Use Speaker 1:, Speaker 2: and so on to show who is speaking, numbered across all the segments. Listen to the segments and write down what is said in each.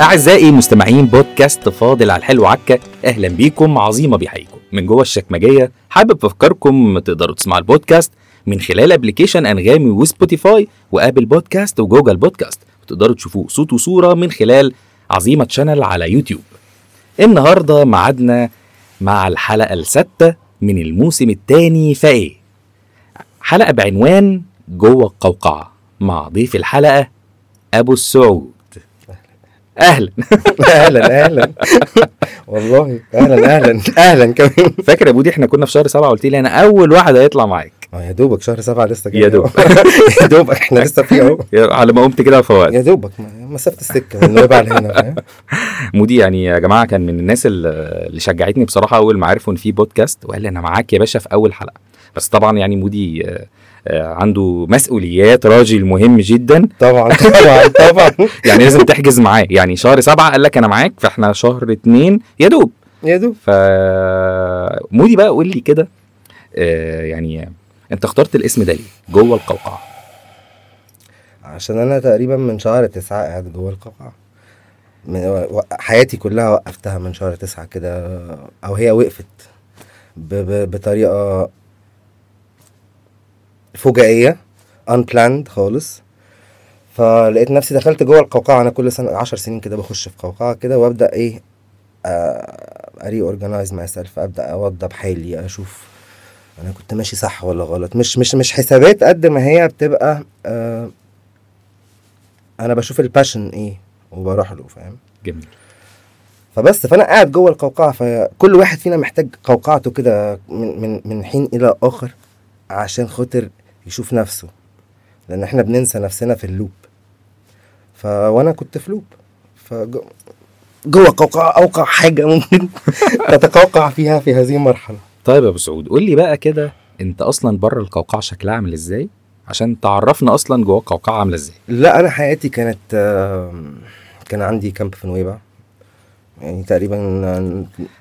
Speaker 1: أعزائي مستمعين بودكاست فاضل على الحلو عكا أهلا بيكم عظيمة بيحييكم من جوه الشكمجية حابب أفكركم تقدروا تسمعوا البودكاست من خلال أبلكيشن أنغامي وسبوتيفاي وآبل بودكاست وجوجل بودكاست وتقدروا تشوفوا صوت وصورة من خلال عظيمة شانل على يوتيوب النهاردة معادنا مع الحلقة السادسة من الموسم الثاني فإيه حلقة بعنوان جوه القوقعة مع ضيف الحلقة أبو السعود أهلا
Speaker 2: اهلا اهلا والله اهلا اهلا اهلا كمان
Speaker 1: فاكر يا بودي احنا كنا في شهر سبعة قلت لي أنا أول واحد هيطلع معاك
Speaker 2: آه، يا دوبك شهر سبعة لسه كده
Speaker 1: يا دوب
Speaker 2: يا دوبك احنا لسه فيه اهو
Speaker 1: على ما قمت كده فوقت
Speaker 2: يا دوبك م- مسافة السكة من نويبع لهنا فاهم؟
Speaker 1: مودي يعني يا جماعة كان من الناس ال- اللي شجعتني بصراحة أول ما عرفوا إن في بودكاست وقال لي أنا معاك يا باشا في أول حلقة بس طبعا يعني مودي آه، آه، عنده مسؤوليات راجل مهم جدا
Speaker 2: طبعا طبعا طبعا
Speaker 1: يعني لازم تحجز معاه يعني شهر سبعة قال لك أنا معاك فإحنا شهر اتنين يا دوب
Speaker 2: يا دوب
Speaker 1: فمودي بقى قول لي كده آه، يعني انت اخترت الاسم ده ليه جوه القوقعه
Speaker 2: عشان انا تقريبا من شهر تسعة قاعد جوه القوقعة من و- حياتي كلها وقفتها من شهر تسعة كده او هي وقفت ب... ب... بطريقة فجائية unplanned خالص فلقيت نفسي دخلت جوه القوقعة انا كل سنة عشر سنين كده بخش في قوقعة كده وابدا ايه اري اورجنايز ماي سيلف ابدا اوضب حالي اشوف انا كنت ماشي صح ولا غلط مش مش مش حسابات قد ما هي بتبقى آه انا بشوف الباشن ايه وبروح له فاهم
Speaker 1: جميل
Speaker 2: فبس فانا قاعد جوه القوقعه فكل واحد فينا محتاج قوقعته كده من من من حين الى اخر عشان خاطر يشوف نفسه لان احنا بننسى نفسنا في اللوب ف وانا كنت في لوب ف جوه القوقعه اوقع حاجه ممكن تتقوقع فيها في هذه المرحله
Speaker 1: طيب يا ابو سعود قول لي بقى كده انت اصلا بره القوقعه شكلها عامل ازاي عشان تعرفنا اصلا جوه القوقعه عامله ازاي
Speaker 2: لا انا حياتي كانت آم، كان عندي كامب في نويبع يعني تقريبا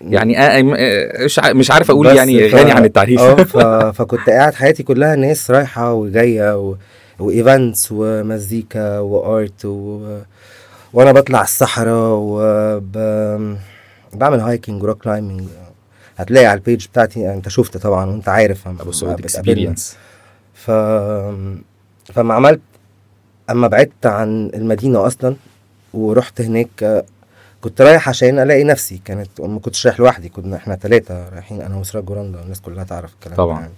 Speaker 1: يعني آه آه، آه، مش ع- مش عارف اقول
Speaker 2: بس
Speaker 1: يعني
Speaker 2: ف-
Speaker 1: غني عن التعريف
Speaker 2: اه ف- فكنت قاعد حياتي كلها ناس رايحه وجايه و... وايفنتس ومزيكا وارت و... وانا بطلع الصحراء وب... بعمل هايكنج وروك كلايمنج هتلاقي على البيج بتاعتي انت شفت طبعا وانت عارف أنا
Speaker 1: ابو سعود
Speaker 2: بتقابلنا.
Speaker 1: اكسبيرينس
Speaker 2: ف فما عملت اما بعدت عن المدينه اصلا ورحت هناك آه، كنت رايح عشان الاقي نفسي كانت ما كنتش رايح لوحدي كنا احنا ثلاثه رايحين انا وسراج جوراندا الناس كلها تعرف الكلام ده
Speaker 1: طبعاً.
Speaker 2: يعني.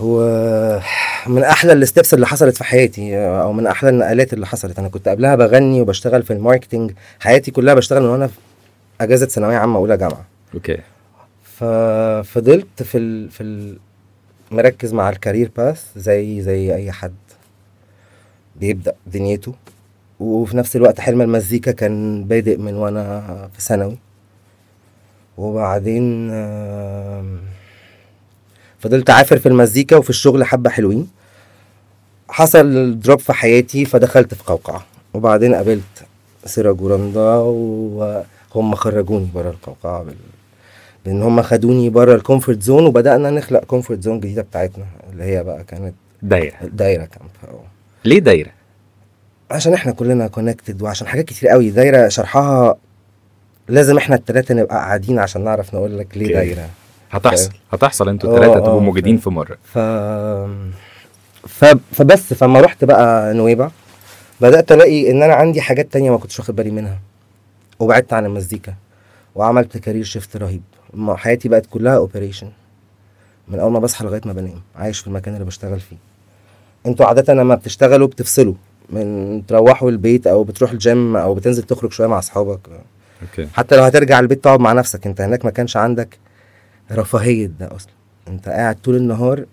Speaker 2: هو من احلى الستبس اللي حصلت في حياتي آه، او من احلى النقلات اللي حصلت انا كنت قبلها بغني وبشتغل في الماركتنج حياتي كلها بشتغل من وانا في اجازه ثانويه عامه اولى جامعه
Speaker 1: اوكي
Speaker 2: ففضلت في ال... في ال... مركز مع الكارير باث زي زي اي حد بيبدا دنيته وفي نفس الوقت حلم المزيكا كان بادئ من وانا في ثانوي وبعدين آم، فضلت عافر في المزيكا وفي الشغل حبه حلوين حصل دروب في حياتي فدخلت في قوقعه وبعدين قابلت سيرا جوراندا وهم خرجوني بره القوقعه بال... بان هم خدوني بره الكومفورت زون وبدانا نخلق كومفورت زون جديده بتاعتنا اللي هي بقى كانت
Speaker 1: دايره
Speaker 2: دايره كامب أو.
Speaker 1: ليه دايره
Speaker 2: عشان احنا كلنا كونكتد وعشان حاجات كتير قوي دايره شرحها لازم احنا التلاته نبقى قاعدين عشان نعرف نقول لك ليه
Speaker 1: أوكي.
Speaker 2: دايره
Speaker 1: هتحصل هتحصل انتوا
Speaker 2: آه،
Speaker 1: الثلاثه
Speaker 2: آه،
Speaker 1: تبقوا موجودين
Speaker 2: فاهم.
Speaker 1: في مره
Speaker 2: ف... ف... فبس فما رحت بقى نويبع بدات الاقي ان انا عندي حاجات تانية ما كنتش واخد بالي منها وبعدت عن المزيكا وعملت كارير شيفت رهيب ما حياتي بقت كلها اوبريشن من اول ما بصحى لغايه ما بنام عايش في المكان اللي بشتغل فيه انتوا عاده لما بتشتغلوا بتفصلوا من تروحوا البيت او بتروح الجيم او بتنزل تخرج شويه مع اصحابك
Speaker 1: اوكي
Speaker 2: حتى لو هترجع البيت تقعد مع نفسك انت هناك ما كانش عندك رفاهية ده اصلا انت قاعد طول النهار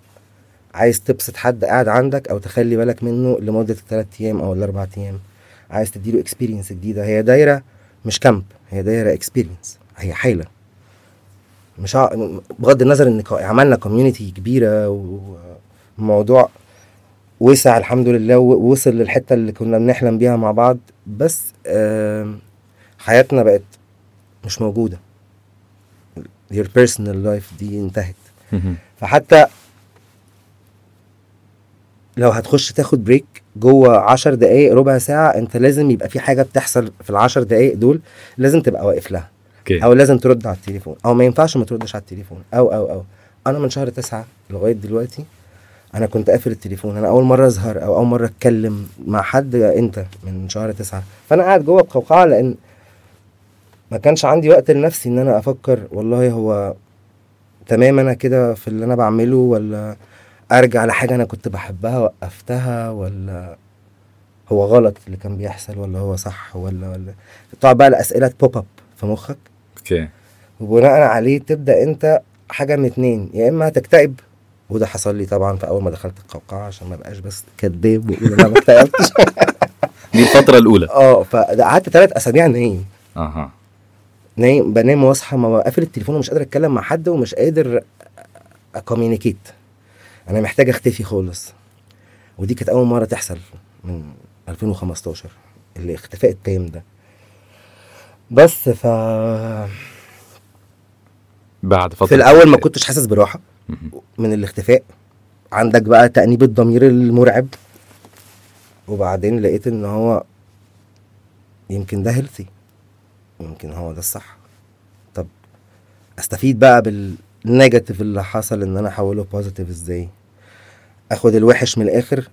Speaker 2: عايز تبسط حد قاعد عندك او تخلي بالك منه لمدة الثلاث ايام او الاربع ايام عايز تديله اكسبيرينس جديدة هي دايرة مش كامب هي دايرة اكسبيرينس هي حيلة مش ع... بغض النظر ان ك- عملنا كوميونتي كبيرة وموضوع وسع الحمد لله و- ووصل للحتة اللي كنا بنحلم بيها مع بعض بس آم، حياتنا بقت مش موجوده your personal life دي انتهت
Speaker 1: مهم.
Speaker 2: فحتى لو هتخش تاخد بريك جوه 10 دقايق ربع ساعه انت لازم يبقى في حاجه بتحصل في العشر دقايق دول لازم تبقى واقف لها
Speaker 1: اوكي
Speaker 2: او لازم ترد على التليفون او ما ينفعش ما تردش على التليفون او او او انا من شهر تسعة لغايه دلوقتي انا كنت قافل التليفون انا اول مره اظهر او اول مره اتكلم مع حد انت من شهر تسعة فانا قاعد جوه القوقعه لان ما كانش عندي وقت لنفسي ان انا افكر والله هو تمام انا كده في اللي انا بعمله ولا ارجع لحاجه انا كنت بحبها وقفتها ولا هو غلط اللي كان بيحصل ولا هو صح ولا ولا تقعد بقى الاسئله بوب اب في مخك
Speaker 1: اوكي
Speaker 2: وبناء عليه تبدا انت حاجه من اتنين يا اما هتكتئب وده حصل لي طبعا في اول ما دخلت القوقعه عشان ما بقاش بس كداب واقول إن انا ما اكتئبتش
Speaker 1: دي الفتره الاولى
Speaker 2: اه فقعدت ثلاث اسابيع نايم
Speaker 1: اها
Speaker 2: نايم بنام واصحى ما بقفل التليفون ومش قادر اتكلم مع حد ومش قادر اكوميونيكيت انا محتاج اختفي خالص ودي كانت اول مره تحصل من 2015 الاختفاء التام ده بس ف
Speaker 1: بعد فتره
Speaker 2: في الاول ما كنتش حاسس براحه
Speaker 1: مهم.
Speaker 2: من الاختفاء عندك بقى تأنيب الضمير المرعب وبعدين لقيت ان هو يمكن ده هيلثي يمكن هو ده الصح طب استفيد بقى بالنيجاتيف اللي حصل ان انا احوله بوزيتيف ازاي اخد الوحش من الاخر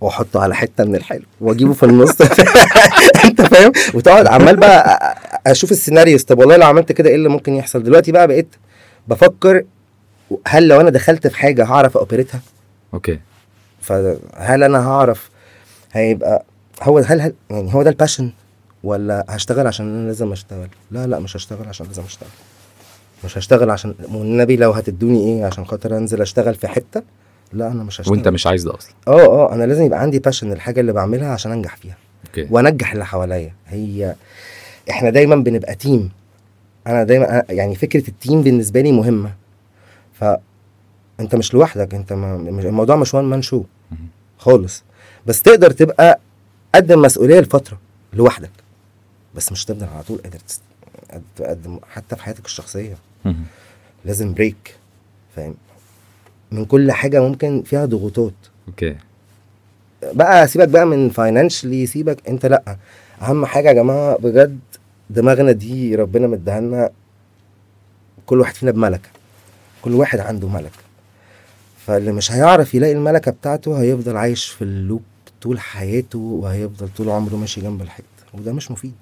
Speaker 2: واحطه على حته من الحلو واجيبه في النص انت فاهم وتقعد عمال بقى أ- أ- اشوف السيناريوز طب والله لو عملت كده ايه اللي ممكن يحصل دلوقتي بقى بقيت بفكر هل لو انا دخلت في حاجه هعرف اوبريتها
Speaker 1: اوكي
Speaker 2: فهل انا هعرف هيبقى هو هل, هل يعني هو ده الباشن ولا هشتغل عشان انا لازم اشتغل لا لا مش هشتغل عشان لازم اشتغل مش هشتغل عشان والنبي لو هتدوني ايه عشان خاطر انزل اشتغل في حته لا انا مش هشتغل
Speaker 1: وانت مش عايز ده اصلا
Speaker 2: اه اه انا لازم يبقى عندي باشن الحاجه اللي بعملها عشان انجح فيها
Speaker 1: اوكي
Speaker 2: وانجح اللي حواليا هي احنا دايما بنبقى تيم انا دايما أنا- يعني فكره التيم بالنسبه لي مهمه ف انت مش لوحدك انت ما مش- الموضوع مش وان مان شو
Speaker 1: مهم.
Speaker 2: خالص بس تقدر تبقى قد المسؤوليه لفتره لوحدك بس مش تفضل على طول قادر تست- قادر تقدم حتى في حياتك الشخصيه
Speaker 1: مهم.
Speaker 2: لازم بريك فاهم من كل حاجه ممكن فيها ضغوطات
Speaker 1: اوكي
Speaker 2: بقى سيبك بقى من فاينانشلي سيبك انت لا اهم حاجه يا جماعه بجد دماغنا دي ربنا مديها لنا كل واحد فينا بملكه كل واحد عنده ملكه فاللي مش هيعرف يلاقي الملكه بتاعته هيفضل عايش في اللوب طول حياته وهيفضل طول عمره ماشي جنب الحيط وده مش مفيد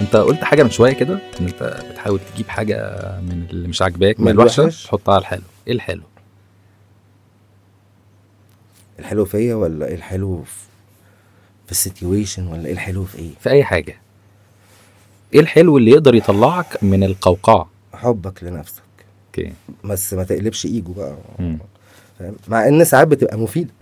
Speaker 1: انت قلت حاجه من شويه كده ان انت بتحاول تجيب حاجه من اللي مش عاجباك من
Speaker 2: من
Speaker 1: الوحشه
Speaker 2: الوحش.
Speaker 1: تحطها على الحلو ايه الحلو
Speaker 2: الحلو فيا ولا ايه الحلو في, في السيتويشن ولا ايه الحلو في ايه
Speaker 1: في اي حاجه ايه الحلو اللي يقدر يطلعك من القوقعه
Speaker 2: حبك لنفسك
Speaker 1: اوكي
Speaker 2: بس ما تقلبش ايجو بقى
Speaker 1: مم.
Speaker 2: فاهم مع ان ساعات بتبقى مفيده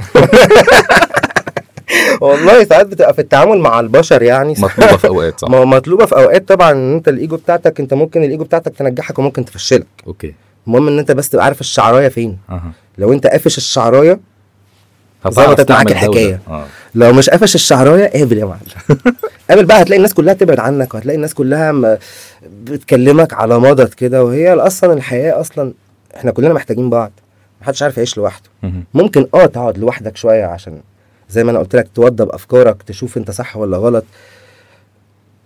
Speaker 2: والله ساعات بتبقى في التعامل مع البشر يعني
Speaker 1: مطلوبه في اوقات صح
Speaker 2: م- مطلوبه في اوقات طبعا ان انت الايجو بتاعتك انت ممكن الايجو بتاعتك تنجحك وممكن تفشلك
Speaker 1: اوكي
Speaker 2: المهم ان انت بس تبقى عارف الشعرايه فين
Speaker 1: اها
Speaker 2: لو انت قافش الشعرايه
Speaker 1: هتعرف
Speaker 2: ظبطت معاك
Speaker 1: تعمل ده وده.
Speaker 2: الحكاية.
Speaker 1: اه
Speaker 2: لو مش قافش الشعرايه قابل يا معلم قابل بقى هتلاقي الناس كلها تبعد عنك وهتلاقي الناس كلها م- بتكلمك على مضض كده وهي اصلا الحياه اصلا احنا كلنا محتاجين بعض محدش عارف يعيش لوحده
Speaker 1: مهم.
Speaker 2: ممكن اه تقعد لوحدك شويه عشان زي ما انا قلت لك توضب افكارك تشوف انت صح ولا غلط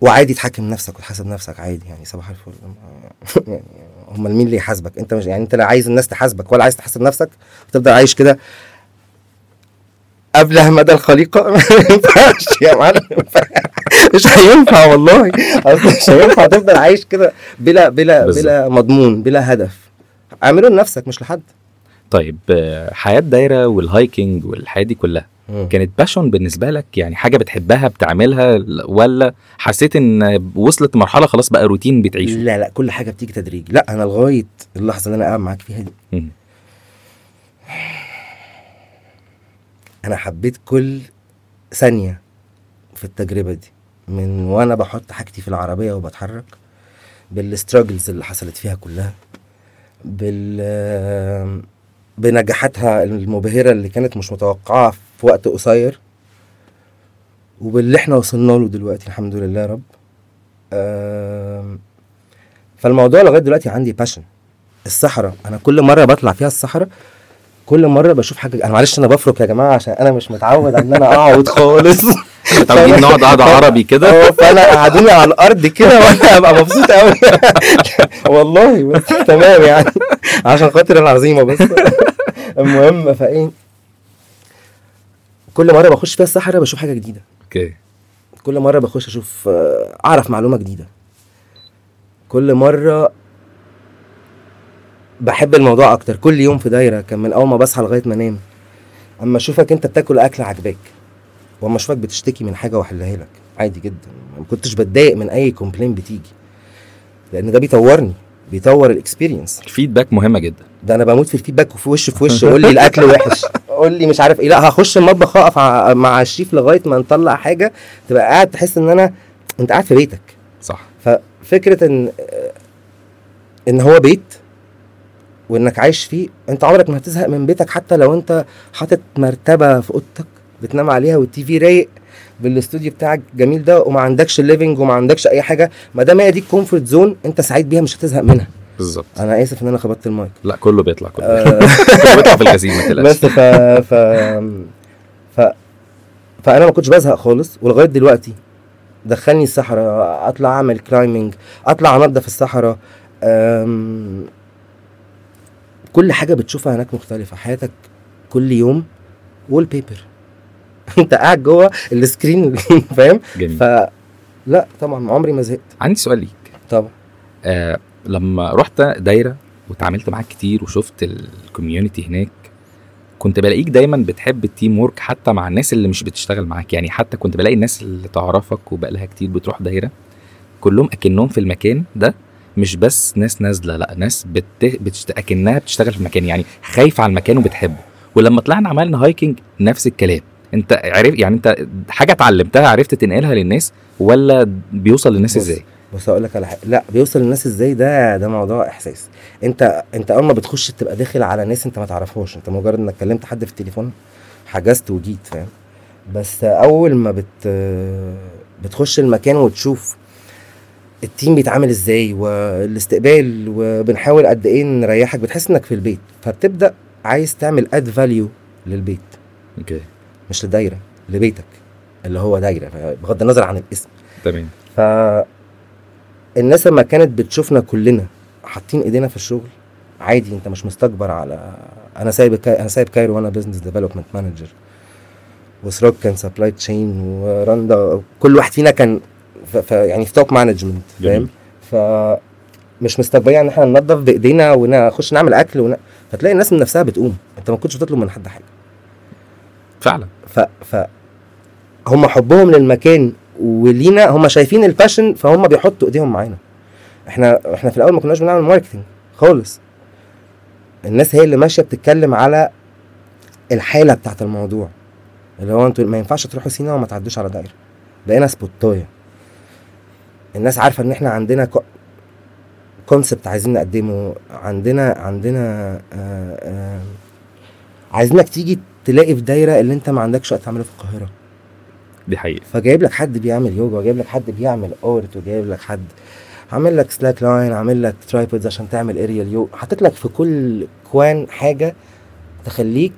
Speaker 2: وعادي تحاكم نفسك وتحاسب نفسك عادي يعني صباح الفل يعني امال مين اللي يحاسبك انت مش يعني انت لا عايز الناس تحاسبك ولا عايز تحاسب نفسك وتفضل عايش كده قبلها مدى الخليقه ما ينفعش يا معلم مش هينفع والله أصل مش هينفع تفضل عايش كده بلا بلا بلا
Speaker 1: بالظبط.
Speaker 2: مضمون بلا هدف اعمله لنفسك مش لحد
Speaker 1: طيب آه، حياه الدايره والهايكنج والحياه دي كلها كانت باشون بالنسبه لك يعني حاجه بتحبها بتعملها ل- ولا حسيت ان وصلت مرحله خلاص بقى روتين بتعيشه
Speaker 2: لا لا كل حاجه بتيجي تدريجي لا انا لغايه اللحظه اللي انا قاعد معاك فيها دي
Speaker 1: مم.
Speaker 2: انا حبيت كل ثانيه في التجربه دي من وانا بحط حاجتي في العربيه وبتحرك بالستراجلز اللي حصلت فيها كلها بال بنجاحاتها المبهره اللي كانت مش متوقعه في وقت قصير وباللي احنا وصلنا له دلوقتي الحمد لله يا رب آم، فالموضوع لغايه دلوقتي عندي باشن الصحراء انا كل مره بطلع فيها الصحراء كل مره بشوف حاجه انا معلش انا بفرك يا جماعه عشان انا مش متعود ان انا اقعد خالص
Speaker 1: متعودين نقعد قعده عربي كده
Speaker 2: اه فانا قعدوني على الارض كده وانا هبقى مبسوط قوي والله بس تمام يعني عشان خاطر العظيمه بس المهم فايه كل مره بخش فيها الصحراء بشوف حاجه جديده
Speaker 1: اوكي
Speaker 2: كل مره بخش اشوف آه، اعرف معلومه جديده كل مره بحب الموضوع اكتر كل يوم في دايره كان من اول ما بصحى لغايه ما انام اما اشوفك انت بتاكل اكل عجباك واما اشوفك بتشتكي من حاجه واحلها لك عادي جدا ما كنتش بتضايق من اي كومبلين بتيجي لان ده بيطورني بيطور الاكسبيرينس
Speaker 1: الفيدباك مهمه جدا
Speaker 2: ده انا بموت في الفيدباك وفي وش في وش قول لي الاكل وحش قول لي مش عارف ايه لا هخش المطبخ اقف ع- مع الشيف لغايه ما نطلع حاجه تبقى قاعد تحس ان انا انت قاعد في بيتك
Speaker 1: صح
Speaker 2: ففكره ان ان هو بيت وانك عايش فيه انت عمرك ما هتزهق من بيتك حتى لو انت حاطط مرتبه في اوضتك بتنام عليها والتي في رايق بالاستوديو بتاعك جميل ده وما عندكش ليفنج وما عندكش اي حاجه ما دام هي دي الكومفورت زون انت سعيد بيها مش هتزهق منها
Speaker 1: بالظبط
Speaker 2: انا اسف ان انا خبطت المايك
Speaker 1: لا كله بيطلع كله بيطلع.
Speaker 2: آه،
Speaker 1: كله بيطلع في الجزيره ما تقلقش
Speaker 2: بس ف ف ف فانا ما كنتش بزهق خالص ولغايه دلوقتي دخلني الصحراء اطلع اعمل كلايمنج اطلع انضف الصحراء أم، كل حاجه بتشوفها هناك مختلفه حياتك كل يوم وول بيبر انت قاعد جوه السكرين فاهم
Speaker 1: جميل
Speaker 2: ف لا طبعا عمري ما زهقت
Speaker 1: عندي سؤال ليك
Speaker 2: طبعا
Speaker 1: آه لما رحت دايره وتعاملت معاك كتير وشفت الكوميونتي هناك كنت بلاقيك دايما بتحب التيم وورك حتى مع الناس اللي مش بتشتغل معاك يعني حتى كنت بلاقي الناس اللي تعرفك وبقالها كتير بتروح دايره كلهم اكنهم في المكان ده مش بس ناس نازله لا ناس بت... بتشت... اكنها بتشتغل في المكان يعني خايفه على المكان وبتحبه ولما طلعنا عملنا هايكنج نفس الكلام انت عارف يعني انت حاجه اتعلمتها عرفت تنقلها للناس ولا بيوصل للناس
Speaker 2: بص،
Speaker 1: ازاي
Speaker 2: بص اقول لك على حاجه لا بيوصل للناس ازاي ده ده موضوع احساس انت انت اول ما بتخش بتبقى داخل على ناس انت ما تعرفهاش انت مجرد انك كلمت حد في التليفون حجزت وجيت فاهم بس اول ما بت بتخش المكان وتشوف التيم بيتعامل ازاي والاستقبال وبنحاول قد ايه نريحك بتحس انك في البيت فبتبدا عايز تعمل اد فاليو للبيت
Speaker 1: اوكي
Speaker 2: مش لدايره لبيتك اللي هو دايره بغض النظر عن الاسم
Speaker 1: تمام
Speaker 2: ف الناس لما كانت بتشوفنا كلنا حاطين ايدينا في الشغل عادي انت مش مستكبر على انا سايب كاي... انا سايب كايرو وانا بزنس ديفلوبمنت مانجر وسراج كان سبلاي تشين ورندا كل واحد فينا كان ف... ف... يعني في توب مانجمنت فاهم
Speaker 1: جميل.
Speaker 2: فمش مستكبرين ان احنا ننضف بايدينا ونخش نعمل اكل ون... فتلاقي الناس من نفسها بتقوم انت ما كنتش بتطلب من حد حاجه
Speaker 1: فعلا
Speaker 2: ف ف هم حبهم للمكان ولينا هم شايفين الباشن فهم بيحطوا ايديهم معانا احنا احنا في الاول ما كناش بنعمل ماركتنج خالص الناس هي اللي ماشيه بتتكلم على الحاله بتاعت الموضوع اللي هو انتوا ما ينفعش تروحوا سينا وما تعدوش على دايره بقينا سبوتايه الناس عارفه ان احنا عندنا كونسبت عايزين نقدمه ايه، عندنا عندنا آه آه عايزينك تيجي تلاقي في دايره اللي انت ما عندكش وقت تعمله في القاهره
Speaker 1: دي حقيقه
Speaker 2: فجايب لك حد بيعمل يوجا وجايب لك حد بيعمل اورت وجايب لك حد عامل لك سلاك لاين عامل لك ترايبودز عشان تعمل اريال يو حاطط لك في كل كوان حاجه تخليك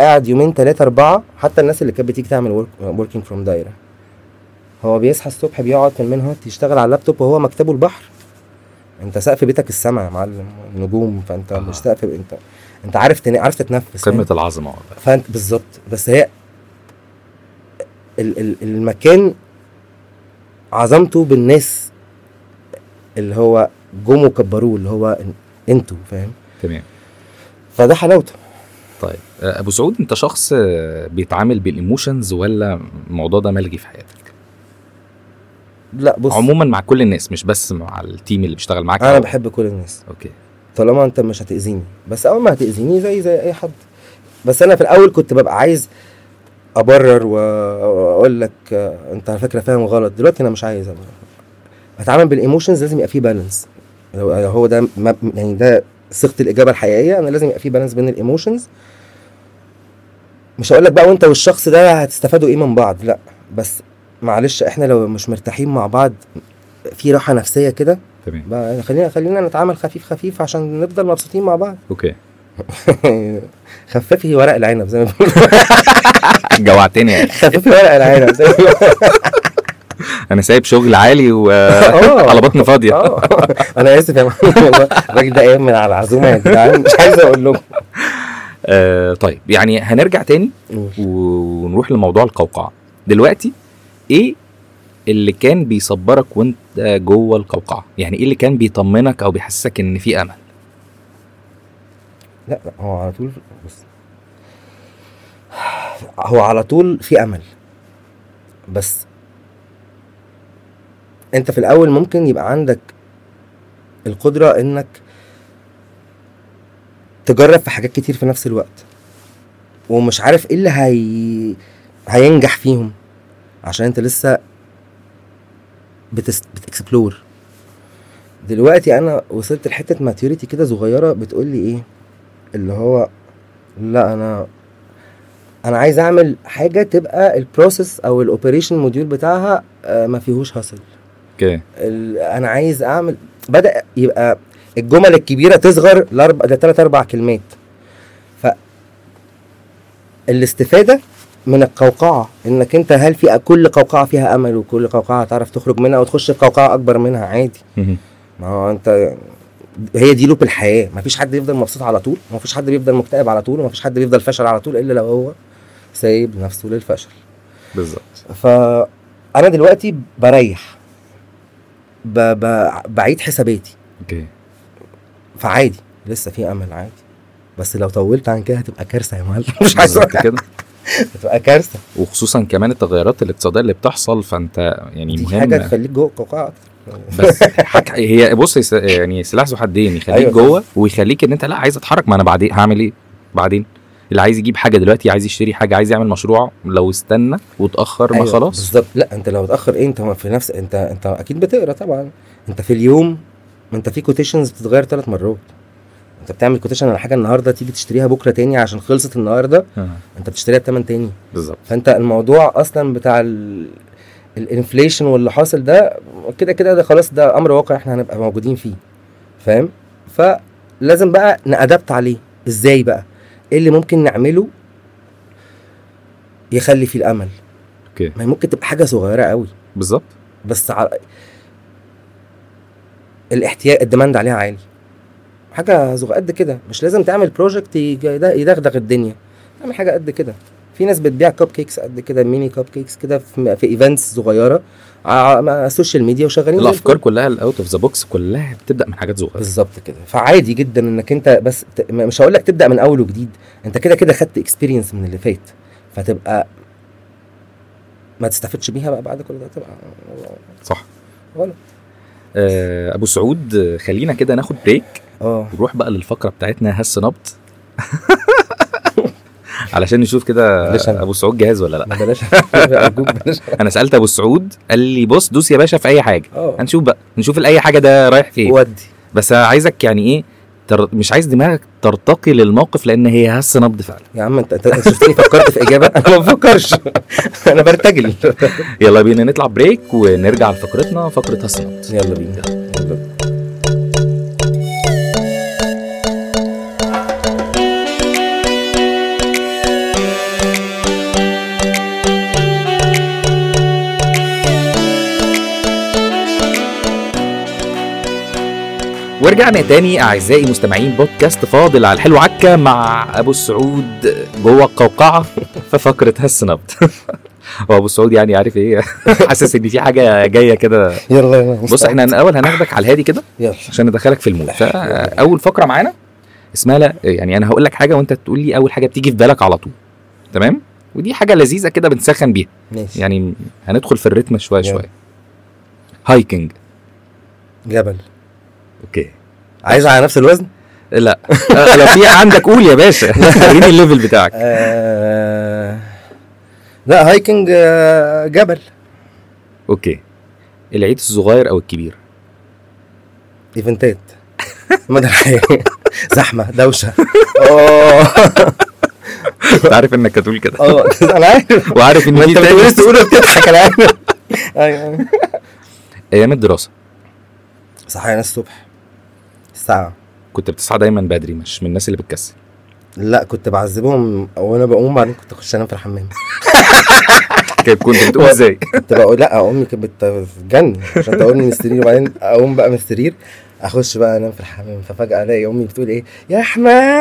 Speaker 2: قاعد يومين ثلاثة أربعة حتى الناس اللي كانت بتيجي تعمل وركينج فروم دايرة هو بيصحى الصبح بيقعد في المنهوت يشتغل على اللابتوب وهو مكتبه البحر انت سقف بيتك السما يا معلم نجوم فانت
Speaker 1: آه.
Speaker 2: مش سقف انت انت عارف تن... عارف تتنفس فاهم؟
Speaker 1: قمه العظمه والله
Speaker 2: فانت بالظبط بس هي ال- ال- المكان عظمته بالناس اللي هو جم وكبروه اللي هو إن- انتوا فاهم
Speaker 1: تمام
Speaker 2: فده حلاوته
Speaker 1: طيب آه، ابو سعود انت شخص آه، بيتعامل بالايموشنز ولا الموضوع ده ملغي في حياتك
Speaker 2: لا بص
Speaker 1: عموما مع كل الناس مش بس مع التيم اللي بيشتغل معاك
Speaker 2: انا بحب كل الناس
Speaker 1: اوكي
Speaker 2: طالما انت مش هتاذيني بس اول ما هتاذيني زي زي اي حد بس انا في الاول كنت ببقى عايز ابرر و- واقول لك آه، انت على فكره فاهم غلط دلوقتي انا مش عايز أبرر. اتعامل بالايموشنز لازم يبقى فيه بالانس لو لو هو ده م- يعني ده صيغه الاجابه الحقيقيه انا لازم يبقى فيه بالانس بين الايموشنز مش هقول لك بقى وانت والشخص ده هتستفادوا ايه من بعض لا بس معلش احنا لو مش مرتاحين مع بعض في راحه نفسيه كده
Speaker 1: تمام
Speaker 2: بقى خلينا خلينا نتعامل خفيف خفيف عشان نفضل مبسوطين مع بعض
Speaker 1: اوكي
Speaker 2: خففي ورق العنب زي ما بيقولوا
Speaker 1: جوعتني يعني.
Speaker 2: خففي ورق العنب زي ما بيقولوا.
Speaker 1: انا سايب شغل عالي
Speaker 2: آه.
Speaker 1: وعلى بطن فاضيه
Speaker 2: اه انا اسف يا محمد والله الراجل ده قايم من على العزومه يا جدعان مش عايز اقول لكم
Speaker 1: آه طيب يعني هنرجع تاني ونروح لموضوع القوقعه دلوقتي ايه اللي كان بيصبرك وانت جوه القوقعه يعني ايه اللي كان بيطمنك او بيحسسك ان في امل
Speaker 2: لا لا هو على طول بص هو على طول في امل بس انت في الاول ممكن يبقى عندك القدره انك تجرب في حاجات كتير في نفس الوقت ومش عارف ايه اللي هي... هينجح فيهم عشان انت لسه بتس... بتكسبلور دلوقتي انا وصلت لحته ماتيوريتي كده صغيره بتقول لي ايه اللي هو لا انا انا عايز اعمل حاجه تبقى البروسيس او الاوبريشن موديول بتاعها آه، ما فيهوش هاسل
Speaker 1: اوكي
Speaker 2: ال- انا عايز اعمل بدا يبقى الجمل الكبيره تصغر لاربع لثلاث اربع كلمات ف الاستفاده من القوقعه انك انت هل في كل قوقعه فيها امل وكل قوقعه هتعرف تخرج منها وتخش في قوقعه اكبر منها عادي
Speaker 1: مهم.
Speaker 2: ما هو انت هي دي لوب الحياه ما فيش حد بيفضل مبسوط على طول ما فيش حد بيفضل مكتئب على طول وما فيش حد بيفضل فاشل على طول الا لو هو سايب نفسه للفشل
Speaker 1: بالظبط
Speaker 2: فانا دلوقتي بريح ب... ب... بعيد حساباتي
Speaker 1: اوكي
Speaker 2: فعادي لسه في امل عادي بس لو طولت عن كده هتبقى كارثه يا معلم مش عايز
Speaker 1: بالظبط
Speaker 2: أقول
Speaker 1: كده
Speaker 2: لك، هتبقى كارثه
Speaker 1: وخصوصا كمان التغيرات الاقتصاديه اللي بتحصل فانت يعني
Speaker 2: دي
Speaker 1: مهم
Speaker 2: حاجه تخليك جوه القوقعه اكتر
Speaker 1: بس حك... هي بص يس- يعني سلاح ذو حدين يخليك أيوة
Speaker 2: أيوة.
Speaker 1: جوه ويخليك ان انت لا عايز اتحرك ما انا بعدين هعمل ايه بعدين اللي عايز يجيب حاجه دلوقتي عايز يشتري حاجه عايز يعمل مشروع لو استنى واتاخر ما
Speaker 2: أيوة،
Speaker 1: خلاص
Speaker 2: بالظبط لا انت لو اتاخر ايه انت ما في نفس انت انت اكيد بتقرا طبعا انت في اليوم ما انت في كوتيشنز بتتغير ثلاث مرات انت بتعمل كوتيشن على حاجه النهارده تيجي تشتريها بكره تاني عشان خلصت النهارده
Speaker 1: آه،
Speaker 2: انت بتشتريها بثمن تاني
Speaker 1: بالظبط
Speaker 2: فانت الموضوع اصلا بتاع ال... الانفليشن واللي حاصل ده كده كده ده خلاص ده امر واقع احنا هنبقى موجودين فيه فاهم فلازم بقى نادبت عليه ازاي بقى ايه اللي ممكن نعمله يخلي فيه الامل
Speaker 1: اوكي
Speaker 2: ما هي ممكن تبقى حاجه صغيره قوي
Speaker 1: بالظبط
Speaker 2: بس على الاحتياج الديماند عليها عالي حاجه صغيره قد كده مش لازم تعمل بروجكت يدغدغ الدنيا اعمل حاجه قد كده في ناس بتبيع كب كيكس قد كده ميني كب كيكس كده في في ايفنتس صغيره على السوشيال ميديا وشغالين زي
Speaker 1: الافكار
Speaker 2: الفل.
Speaker 1: كلها الاوت اوف ذا بوكس كلها بتبدا من حاجات صغيره
Speaker 2: بالظبط كده فعادي جدا انك انت بس ت- م- مش هقول لك تبدا من اول وجديد انت كده كده خدت اكسبيرينس من اللي فات فتبقى ما تستفدش بيها بقى بعد كل ده تبقى
Speaker 1: صح
Speaker 2: غلط
Speaker 1: آه، ابو سعود آه، خلينا كده ناخد بريك
Speaker 2: اه
Speaker 1: ونروح بقى للفقره بتاعتنا هس نبط علشان نشوف كده
Speaker 2: معلش أنا-
Speaker 1: ابو سعود جاهز ولا لا
Speaker 2: ما بلاش ارجوك بلاش
Speaker 1: انا سالت ابو سعود قال لي بص دوس يا باشا في اي حاجه
Speaker 2: اه
Speaker 1: هنشوف بقى نشوف الاي حاجه ده رايح فين
Speaker 2: ودي
Speaker 1: بس عايزك يعني ايه تر... مش عايز دماغك ترتقي للموقف لان هي هس نبض فعلا
Speaker 2: يا عم انت انت شفتني فكرت في اجابه انا ما بفكرش انا برتجل
Speaker 1: يلا بينا نطلع بريك ونرجع لفقرتنا فقره هس نبض
Speaker 2: يلا بينا
Speaker 1: ورجعنا تاني اعزائي مستمعين بودكاست فاضل على الحلو عكا مع ابو السعود جوه القوقعه في فقره هس نبض هو ابو السعود يعني عارف ايه حاسس ان في حاجه جايه كده
Speaker 2: يلا يلا
Speaker 1: بص احنا الاول هناخدك على الهادي كده
Speaker 2: يلا
Speaker 1: عشان ادخلك في المود فاول فقره معانا اسمها لا يعني انا هقول لك حاجه وانت تقول لي اول حاجه بتيجي في بالك على طول تمام ودي حاجه لذيذه كده بنسخن بيها
Speaker 2: ماشي
Speaker 1: يعني هندخل في الريتم شويه
Speaker 2: يلا.
Speaker 1: شويه هايكنج
Speaker 2: جبل
Speaker 1: اوكي
Speaker 2: عايز على نفس الوزن
Speaker 1: لا آه، لو في عندك قول يا باشا وريني الليفل بتاعك
Speaker 2: آه، لا هايكنج آه، جبل
Speaker 1: اوكي العيد الصغير او الكبير
Speaker 2: ايفنتات مدى الحياه زحمه دوشه أوه.
Speaker 1: كنت عارف انك هتقول كده
Speaker 2: اه انا عارف
Speaker 1: وعارف ان في
Speaker 2: انت
Speaker 1: تاني
Speaker 2: بتقول
Speaker 1: بس-
Speaker 2: تقول بتضحك انا عارف أيوة، أيوة.
Speaker 1: ايام الدراسه
Speaker 2: صحينا الصبح الساعة
Speaker 1: كنت بتصحى دايما بدري مش من الناس اللي بتكسل
Speaker 2: لا كنت بعذبهم وانا بقوم بعدين كنت اخش انام في الحمام
Speaker 1: كيف كنت بتقول ازاي
Speaker 2: كنت بقول لا امي كانت بتجن عشان تقولني من السرير وبعدين اقوم بقى من السرير اخش بقى انام في الحمام ففجاه الاقي امي بتقول ايه يا احمد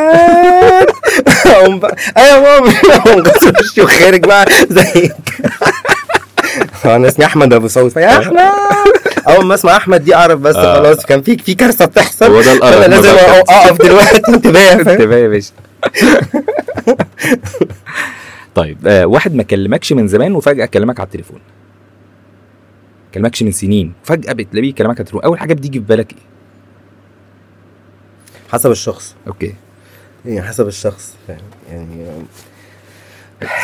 Speaker 2: اقوم بقى ايوه يا ماما اقوم غسل وشي وخارج بقى زيك انا اسمي احمد ابو صوت فيا احمد اول ما اسمع احمد دي اعرف بس
Speaker 1: آه.
Speaker 2: خلاص كان في في كارثه بتحصل
Speaker 1: هو ده القرف
Speaker 2: انا لازم
Speaker 1: مبارك.
Speaker 2: اقف دلوقتي انتباه فاهم؟
Speaker 1: انتباه يا باشا طيب آه واحد ما كلمكش من زمان وفجاه كلمك على التليفون كلمكش من سنين فجاه بتلاقيه كلمك على التليفون اول حاجه بتيجي في بالك ايه
Speaker 2: حسب الشخص
Speaker 1: اوكي
Speaker 2: يعني حسب الشخص فاهم؟ يعني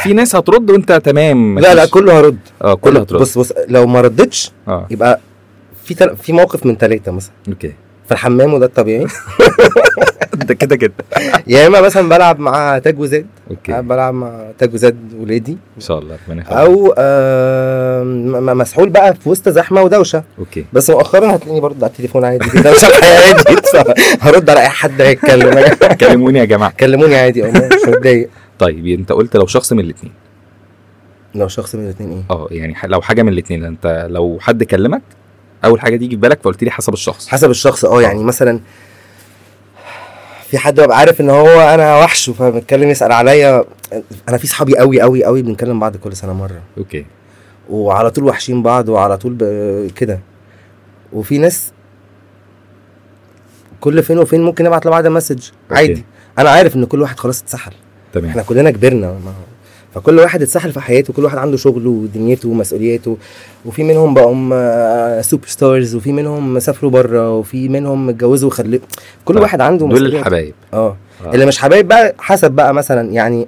Speaker 1: في ناس هترد وانت تمام
Speaker 2: لا لا
Speaker 1: مفيش-
Speaker 2: كله هرد
Speaker 1: اه كله هترد
Speaker 2: بص بص لو ما ردتش
Speaker 1: اه
Speaker 2: يبقى في تل... في موقف من ثلاثه مثلا
Speaker 1: اوكي
Speaker 2: في الحمام وده الطبيعي
Speaker 1: ده كده كده
Speaker 2: يا اما مثلا بلعب مع تاج وزاد
Speaker 1: اوكي
Speaker 2: قاعد
Speaker 1: ان
Speaker 2: بلعب مع تاج وزاد ولادي
Speaker 1: شاء الله ربنا يخليك
Speaker 2: او آه م- م- مسحول بقى في وسط زحمه ودوشه
Speaker 1: اوكي
Speaker 2: بس مؤخرا هتلاقيني برد على التليفون عادي في دوشه في حياتي هرد على اي حد هيتكلم
Speaker 1: كلموني يا جماعه
Speaker 2: كلموني عادي والله مش متضايق
Speaker 1: طيب انت قلت لو شخص من الاثنين
Speaker 2: لو شخص من الاثنين ايه
Speaker 1: اه يعني ح- لو حاجه من الاثنين انت لو حد كلمك اول حاجه تيجي في بالك فقلت لي حسب الشخص
Speaker 2: حسب الشخص اه يعني مثلا في حد ببقى عارف ان هو انا وحشه فبتكلم يسال عليا انا في صحابي قوي قوي قوي بنكلم بعض كل سنه مره
Speaker 1: اوكي
Speaker 2: وعلى طول وحشين بعض وعلى طول ب- كده وفي ناس كل فين وفين ممكن نبعت لبعض مسج عادي انا عارف ان كل واحد خلاص اتسحل
Speaker 1: تمام
Speaker 2: احنا كلنا كبرنا ما- فكل واحد اتسحل في حياته كل واحد عنده شغله ودنيته ومسؤولياته وفي منهم بقوا م- سوبر ستارز وفي منهم سافروا بره وفي منهم اتجوزوا وخلفوا كل
Speaker 1: طيب،
Speaker 2: واحد عنده
Speaker 1: دول
Speaker 2: مسؤوليات
Speaker 1: الحبايب
Speaker 2: اه
Speaker 1: آه.
Speaker 2: اللي مش حبايب بقى حسب بقى مثلا يعني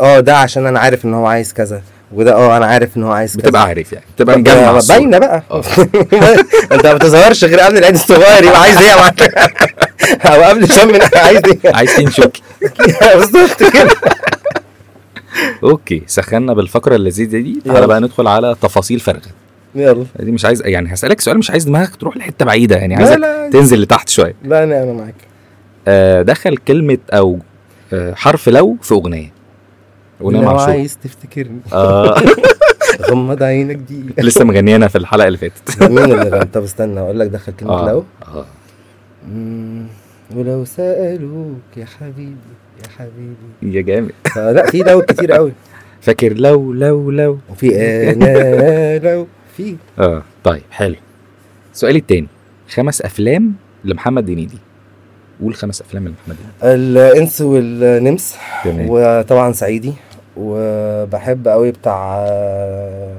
Speaker 2: اه ده عشان انا عارف ان هو عايز كذا وده اه انا عارف ان هو عايز كذا
Speaker 1: بتبقى عارف يعني بتبقى مجمع
Speaker 2: بقى-
Speaker 1: الصورة.
Speaker 2: باينه بقى
Speaker 1: آه.
Speaker 2: انت ما بتظهرش غير قبل العيد الصغير يبقى عايز ايه يا معلم؟ او قبل شم النسيم عايز ايه
Speaker 1: آه. عايز تنشك
Speaker 2: بالظبط كده
Speaker 1: اوكي سخنا بالفقره اللذيذه دي تعالى
Speaker 2: يلا.
Speaker 1: بقى ندخل على تفاصيل فارغه
Speaker 2: يلا
Speaker 1: دي مش عايز يعني هسالك سؤال مش عايز دماغك تروح لحته بعيده يعني
Speaker 2: لا
Speaker 1: عايزك
Speaker 2: لا
Speaker 1: تنزل لتحت شويه
Speaker 2: لا انا انا معاك
Speaker 1: آه، دخل كلمه او آه، حرف لو في اغنيه اغنيه
Speaker 2: لو
Speaker 1: معشوقه
Speaker 2: عايز تفتكرني
Speaker 1: اه
Speaker 2: غمض عينك دي
Speaker 1: لسه مغنيانا في الحلقه اللي فاتت
Speaker 2: مين اللي غنى؟ طب استنى اقول لك دخل كلمه لو
Speaker 1: اه
Speaker 2: مم، ولو سالوك يا حبيبي يا حبيبي
Speaker 1: يا جامد
Speaker 2: لا في لو كتير قوي
Speaker 1: فاكر لو لو لو
Speaker 2: وفي انا لو في
Speaker 1: اه طيب حلو سؤالي التاني خمس افلام لمحمد هنيدي قول خمس افلام لمحمد هنيدي
Speaker 2: الانس والنمس
Speaker 1: تمام
Speaker 2: وطبعا صعيدي وبحب قوي بتاع آه،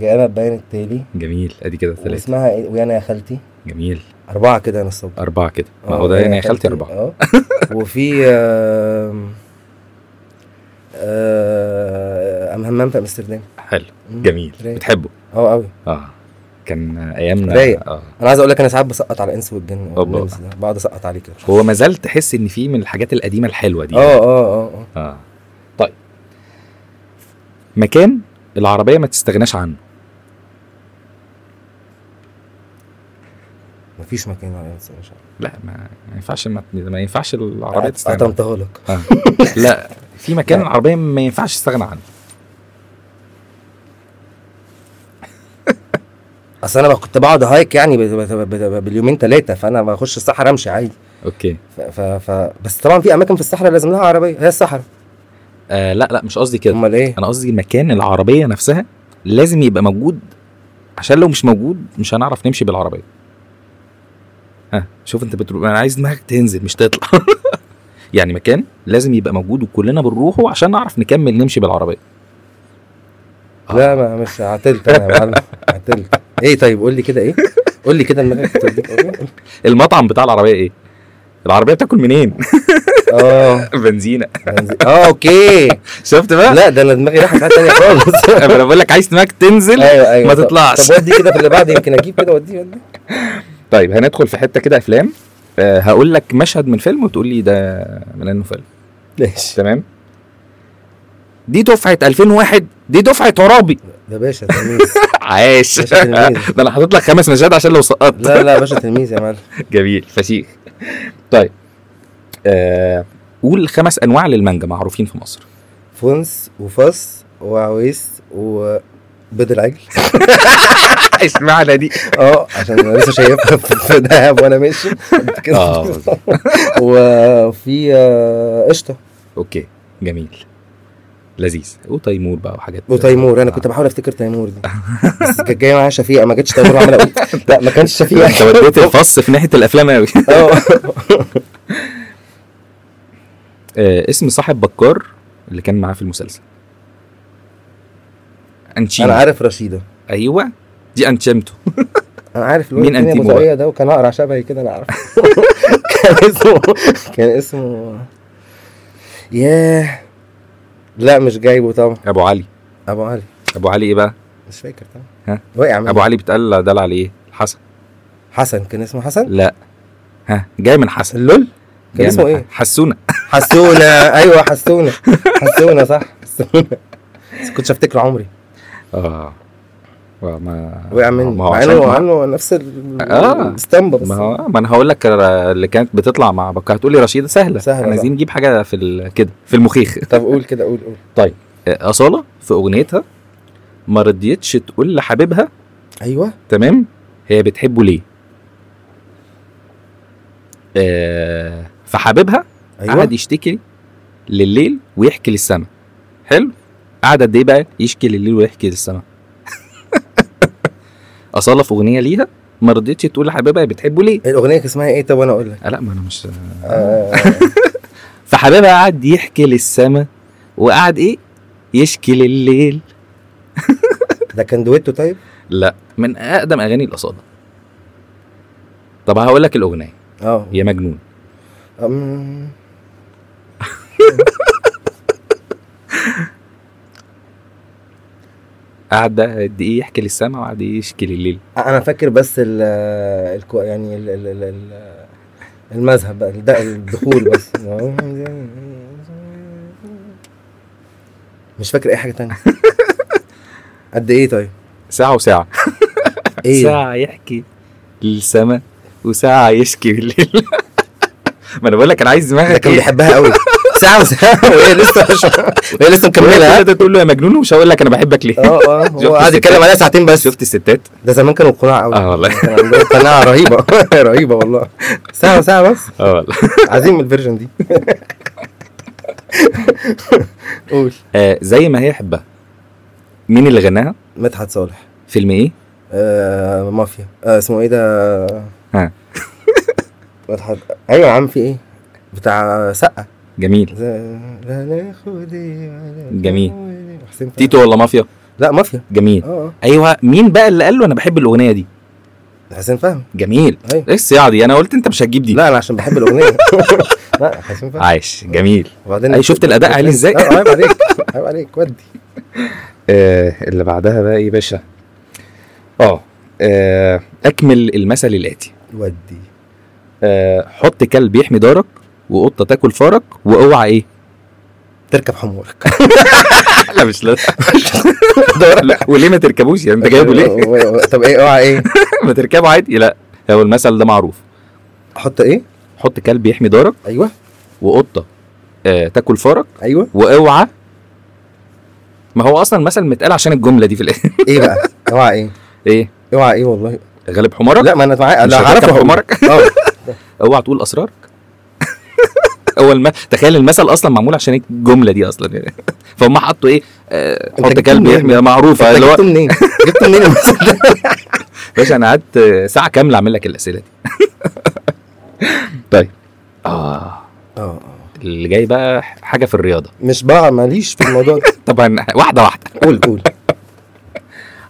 Speaker 2: جانا باين التالي
Speaker 1: جميل ادي كده ثلاثه
Speaker 2: واسمها ايه ويانا يا خالتي
Speaker 1: جميل
Speaker 2: اربعه كده انا الصبح
Speaker 1: اربعه كده ما
Speaker 2: آه،
Speaker 1: هو ده
Speaker 2: يعني
Speaker 1: يعني يا خالتي اربعه
Speaker 2: اه وفي آم، آه، ام همام في امستردام
Speaker 1: حلو
Speaker 2: مم،
Speaker 1: جميل
Speaker 2: رايق.
Speaker 1: بتحبه
Speaker 2: اه قوي
Speaker 1: اه كان ايامنا
Speaker 2: رايق.
Speaker 1: اه
Speaker 2: انا عايز اقول لك انا ساعات بسقط على انس والجن
Speaker 1: أوبا.
Speaker 2: والنمس ده، بقعد اسقط عليه كده
Speaker 1: هو ما زال تحس ان في من الحاجات القديمه الحلوه دي
Speaker 2: اه اه اه اه
Speaker 1: اه طيب مكان العربيه ما تستغناش عنه
Speaker 2: مفيش مكان على انس ان شاء الله
Speaker 1: لا ما ما ينفعش ما, ما ينفعش العربيه تستغنى عنه.
Speaker 2: قطمتها لك
Speaker 1: آه. لا في مكان العربيه ما ينفعش تستغنى عنه
Speaker 2: اصل انا كنت بقعد هايك يعني ب- ب- ب- باليومين ثلاثه فانا بخش الصحراء امشي عادي
Speaker 1: اوكي
Speaker 2: ف... ف... ف... بس طبعا في اماكن في الصحراء لازم لها عربيه هي الصحراء
Speaker 1: آه لا لا مش قصدي كده
Speaker 2: امال ايه
Speaker 1: انا قصدي مكان العربيه نفسها لازم يبقى موجود عشان لو مش موجود مش هنعرف نمشي بالعربيه ها شوف انت بتقول انا عايز دماغك تنزل مش تطلع يعني مكان لازم يبقى موجود وكلنا بنروحه عشان نعرف نكمل نمشي بالعربيه آه.
Speaker 2: لا ما مش عتلت انا يا معلم عتلت ايه طيب قول لي كده ايه قول لي كده دماغك بتوديك إيه؟
Speaker 1: المطعم بتاع العربيه ايه العربيه بتاكل منين
Speaker 2: اه
Speaker 1: بنزينه
Speaker 2: بنزل- اه اوكي
Speaker 1: شفت بقى
Speaker 2: لا ده انا دماغي راحت في حته ثانيه خالص
Speaker 1: انا بقول لك عايز دماغك تنزل
Speaker 2: ايوه ايوه
Speaker 1: ما
Speaker 2: طب-
Speaker 1: تطلعش.
Speaker 2: طب ودي كده في اللي بعد يمكن اجيب كده ودي ودي
Speaker 1: طيب هندخل في حته كده افلام آه هقول لك مشهد من فيلم وتقول لي ده من انه فيلم
Speaker 2: ماشي
Speaker 1: تمام دي دفعه 2001 دي دفعه ترابي
Speaker 2: ده باشا تلميذ
Speaker 1: عاش
Speaker 2: باشا تلميذ
Speaker 1: ده انا حاطط لك خمس مشاهد عشان لو سقطت
Speaker 2: لا لا باشا تلميذ يا معلم
Speaker 1: جميل فشيخ طيب آه قول خمس انواع للمانجا معروفين في مصر
Speaker 2: فونس وفص وعويس وبيض العجل
Speaker 1: اشمعنى دي
Speaker 2: اه عشان انا لسه شايفها في دهب وانا ماشي كده.
Speaker 1: آه.
Speaker 2: وفي آه، قشطه
Speaker 1: اوكي جميل لذيذ وتيمور بقى وحاجات آه.
Speaker 2: وتيمور انا كنت بحاول افتكر تيمور دي بس كانت جايه معايا شفيقه ما جاتش تيمور عمال اقول لا ما كانش شفيقه
Speaker 1: انت وديت الفص في ناحيه الافلام قوي
Speaker 2: اه
Speaker 1: آه اسم صاحب بكار اللي كان معاه في المسلسل
Speaker 2: انا
Speaker 1: انشيما
Speaker 2: عارف رشيده ايوه
Speaker 1: أيوة. دي انشيمتو
Speaker 2: انا عارف
Speaker 1: مين أنتيمو بقى؟
Speaker 2: ده وكان اقرع شبهي كده انا عارف كان اسمه كان اسمه ياه لا مش جايبه طبعا
Speaker 1: ابو علي
Speaker 2: ابو علي
Speaker 1: ابو علي ايه بقى
Speaker 2: مش فاكر طبعا
Speaker 1: ها؟
Speaker 2: وقع
Speaker 1: ابو
Speaker 2: مني
Speaker 1: علي بيتقال دلع على ايه الحسن
Speaker 2: حسن كان اسمه حسن
Speaker 1: لا ها جاي من حسن
Speaker 2: اللول
Speaker 1: جاي
Speaker 2: كان اسمه
Speaker 1: من
Speaker 2: ايه؟
Speaker 1: ح- حسونه
Speaker 2: حسونه ايوه حسونه حسونه صح حسونه بس كنتش افتكر عمري
Speaker 1: اه آه، ما
Speaker 2: وقع مني
Speaker 1: ما هو
Speaker 2: مع
Speaker 1: عشان-
Speaker 2: انه مع انه نفس ال-
Speaker 1: آه.
Speaker 2: الاسطمبه بس
Speaker 1: ما هو ما انا هقول لك اللي كانت بتطلع مع بكار هتقول لي رشيده سهله
Speaker 2: سهلة
Speaker 1: احنا
Speaker 2: بقى.
Speaker 1: عايزين نجيب حاجه في ال- كده في المخيخ
Speaker 2: طب قول كده قول قول
Speaker 1: آه، اصاله في اغنيتها ما رضيتش تقول لحبيبها أيوة،
Speaker 2: ايوه
Speaker 1: تمام هي بتحبه ليه آه فحبيبها أيوة.
Speaker 2: ايوه
Speaker 1: قعد يشتكي لليل ويحكي للسما حلو قعد قد ايه بقى يشكي لليل ويحكي للسما اصاله في اغنيه ليها ما رضيتش تقول لحبيبها هي بتحبه ليه
Speaker 2: الاغنيه كان اسمها ايه طب وانا اقول لك
Speaker 1: آه، لا ما انا مش
Speaker 2: آه،
Speaker 1: فحبيبها قعد يحكي للسما وقعد ايه يشكي لليل
Speaker 2: ده كان دويتو طيب
Speaker 1: لا من اقدم اغاني الاصاله طب هقول لك الاغنيه
Speaker 2: اه
Speaker 1: يا مجنون
Speaker 2: أم...
Speaker 1: قعد ده قد ايه يحكي للسما وقعد يشكي لليل
Speaker 2: انا فاكر بس ال الكو... يعني ال... ال... ال... ال... المذهب بقى ده الدخول بس مش فاكر اي حاجه تانية قد ايه طيب
Speaker 1: ساعه وساعه
Speaker 2: ايه
Speaker 1: ساعه يحكي للسما وساعه يشكي لليل ما انا بقول لك انا عايز
Speaker 2: ده
Speaker 1: دماغك
Speaker 2: كان
Speaker 1: ايه
Speaker 2: بيحبها قوي ساعه وساعه وهي لسه مش... وهي لسه مكمله ها؟
Speaker 1: ده تقول له يا مجنون ومش هقول لك انا بحبك ليه
Speaker 2: اه اه هو قاعد يتكلم عليها ساعتين بس
Speaker 1: شفت الستات
Speaker 2: ده زمان كانوا قناع قوي
Speaker 1: اه والله
Speaker 2: كان عندهم قناعه رهيبه رهيبه والله ساعه وساعه بس
Speaker 1: اه والله
Speaker 2: عظيم الفيرجن دي قول
Speaker 1: آه، زي ما هي حبها مين اللي غناها
Speaker 2: مدحت صالح
Speaker 1: فيلم ايه
Speaker 2: آه مافيا آه اسمه ايه ده
Speaker 1: ها.
Speaker 2: مدحت ايوه يا عم في ايه بتاع سقه
Speaker 1: جميل
Speaker 2: ز- لا ناخد إيه ولا
Speaker 1: جميل.
Speaker 2: ناخد إيه. حسين فهمي.
Speaker 1: تيتو ولا مافيا
Speaker 2: لا مافيا
Speaker 1: جميل
Speaker 2: اه
Speaker 1: ايوه مين بقى اللي قال له انا بحب الاغنيه دي
Speaker 2: آه. حسين فهمي
Speaker 1: جميل
Speaker 2: ايوه
Speaker 1: ايه الصياعه دي انا قلت انت مش هتجيب دي
Speaker 2: لا انا عشان بحب الاغنيه لا حسين فهمي
Speaker 1: عاش جميل
Speaker 2: وبعدين
Speaker 1: أي، شفت الأداء عالي إزاي؟
Speaker 2: لا، عيب عليك عيب عليك ودي
Speaker 1: آه اللي بعدها بقى ايه يا باشا اه آه، اكمل المثل الاتي
Speaker 2: ودي
Speaker 1: آه حط كلب يحمي دارك وقطه تاكل فارك واوعى ايه
Speaker 2: تركب حمورك
Speaker 1: لا مش لا لا وليه ما تركبوش يعني انت جايبه ليه
Speaker 2: طب ايه اوعى ايه
Speaker 1: ما تركبه عادي لا هو المثل ده معروف
Speaker 2: احط ايه
Speaker 1: حط كلب يحمي دارك
Speaker 2: ايوه
Speaker 1: وقطه آه تاكل فارك
Speaker 2: ايوه
Speaker 1: واوعى ما هو اصلا مثل متقال عشان الجمله دي في الاخر
Speaker 2: ايه بقى اوعى ايه
Speaker 1: ايه
Speaker 2: اوعى ايه والله
Speaker 1: غالب حمارك
Speaker 2: لا ما انا معايا
Speaker 1: مش
Speaker 2: لا
Speaker 1: هتركب
Speaker 2: عارفه
Speaker 1: حمارك
Speaker 2: اه
Speaker 1: اوعى تقول اسرارك اول ما تخيل المثل اصلا معمول عشان الجمله دي اصلا فهم حطوا ايه آه،
Speaker 2: أنت
Speaker 1: حط
Speaker 2: جبت
Speaker 1: كلب
Speaker 2: منين؟
Speaker 1: يحمي معروفه اللي هو
Speaker 2: جبته منين جبته منين المثل ده
Speaker 1: باشا انا قعدت آه، ساعه كامله اعمل لك الاسئله دي طيب اه
Speaker 2: اه آه.
Speaker 1: اللي جاي بقى حاجه في الرياضه
Speaker 2: مش بقى ماليش في الموضوع ده
Speaker 1: طبعا واحده واحده
Speaker 2: قول قول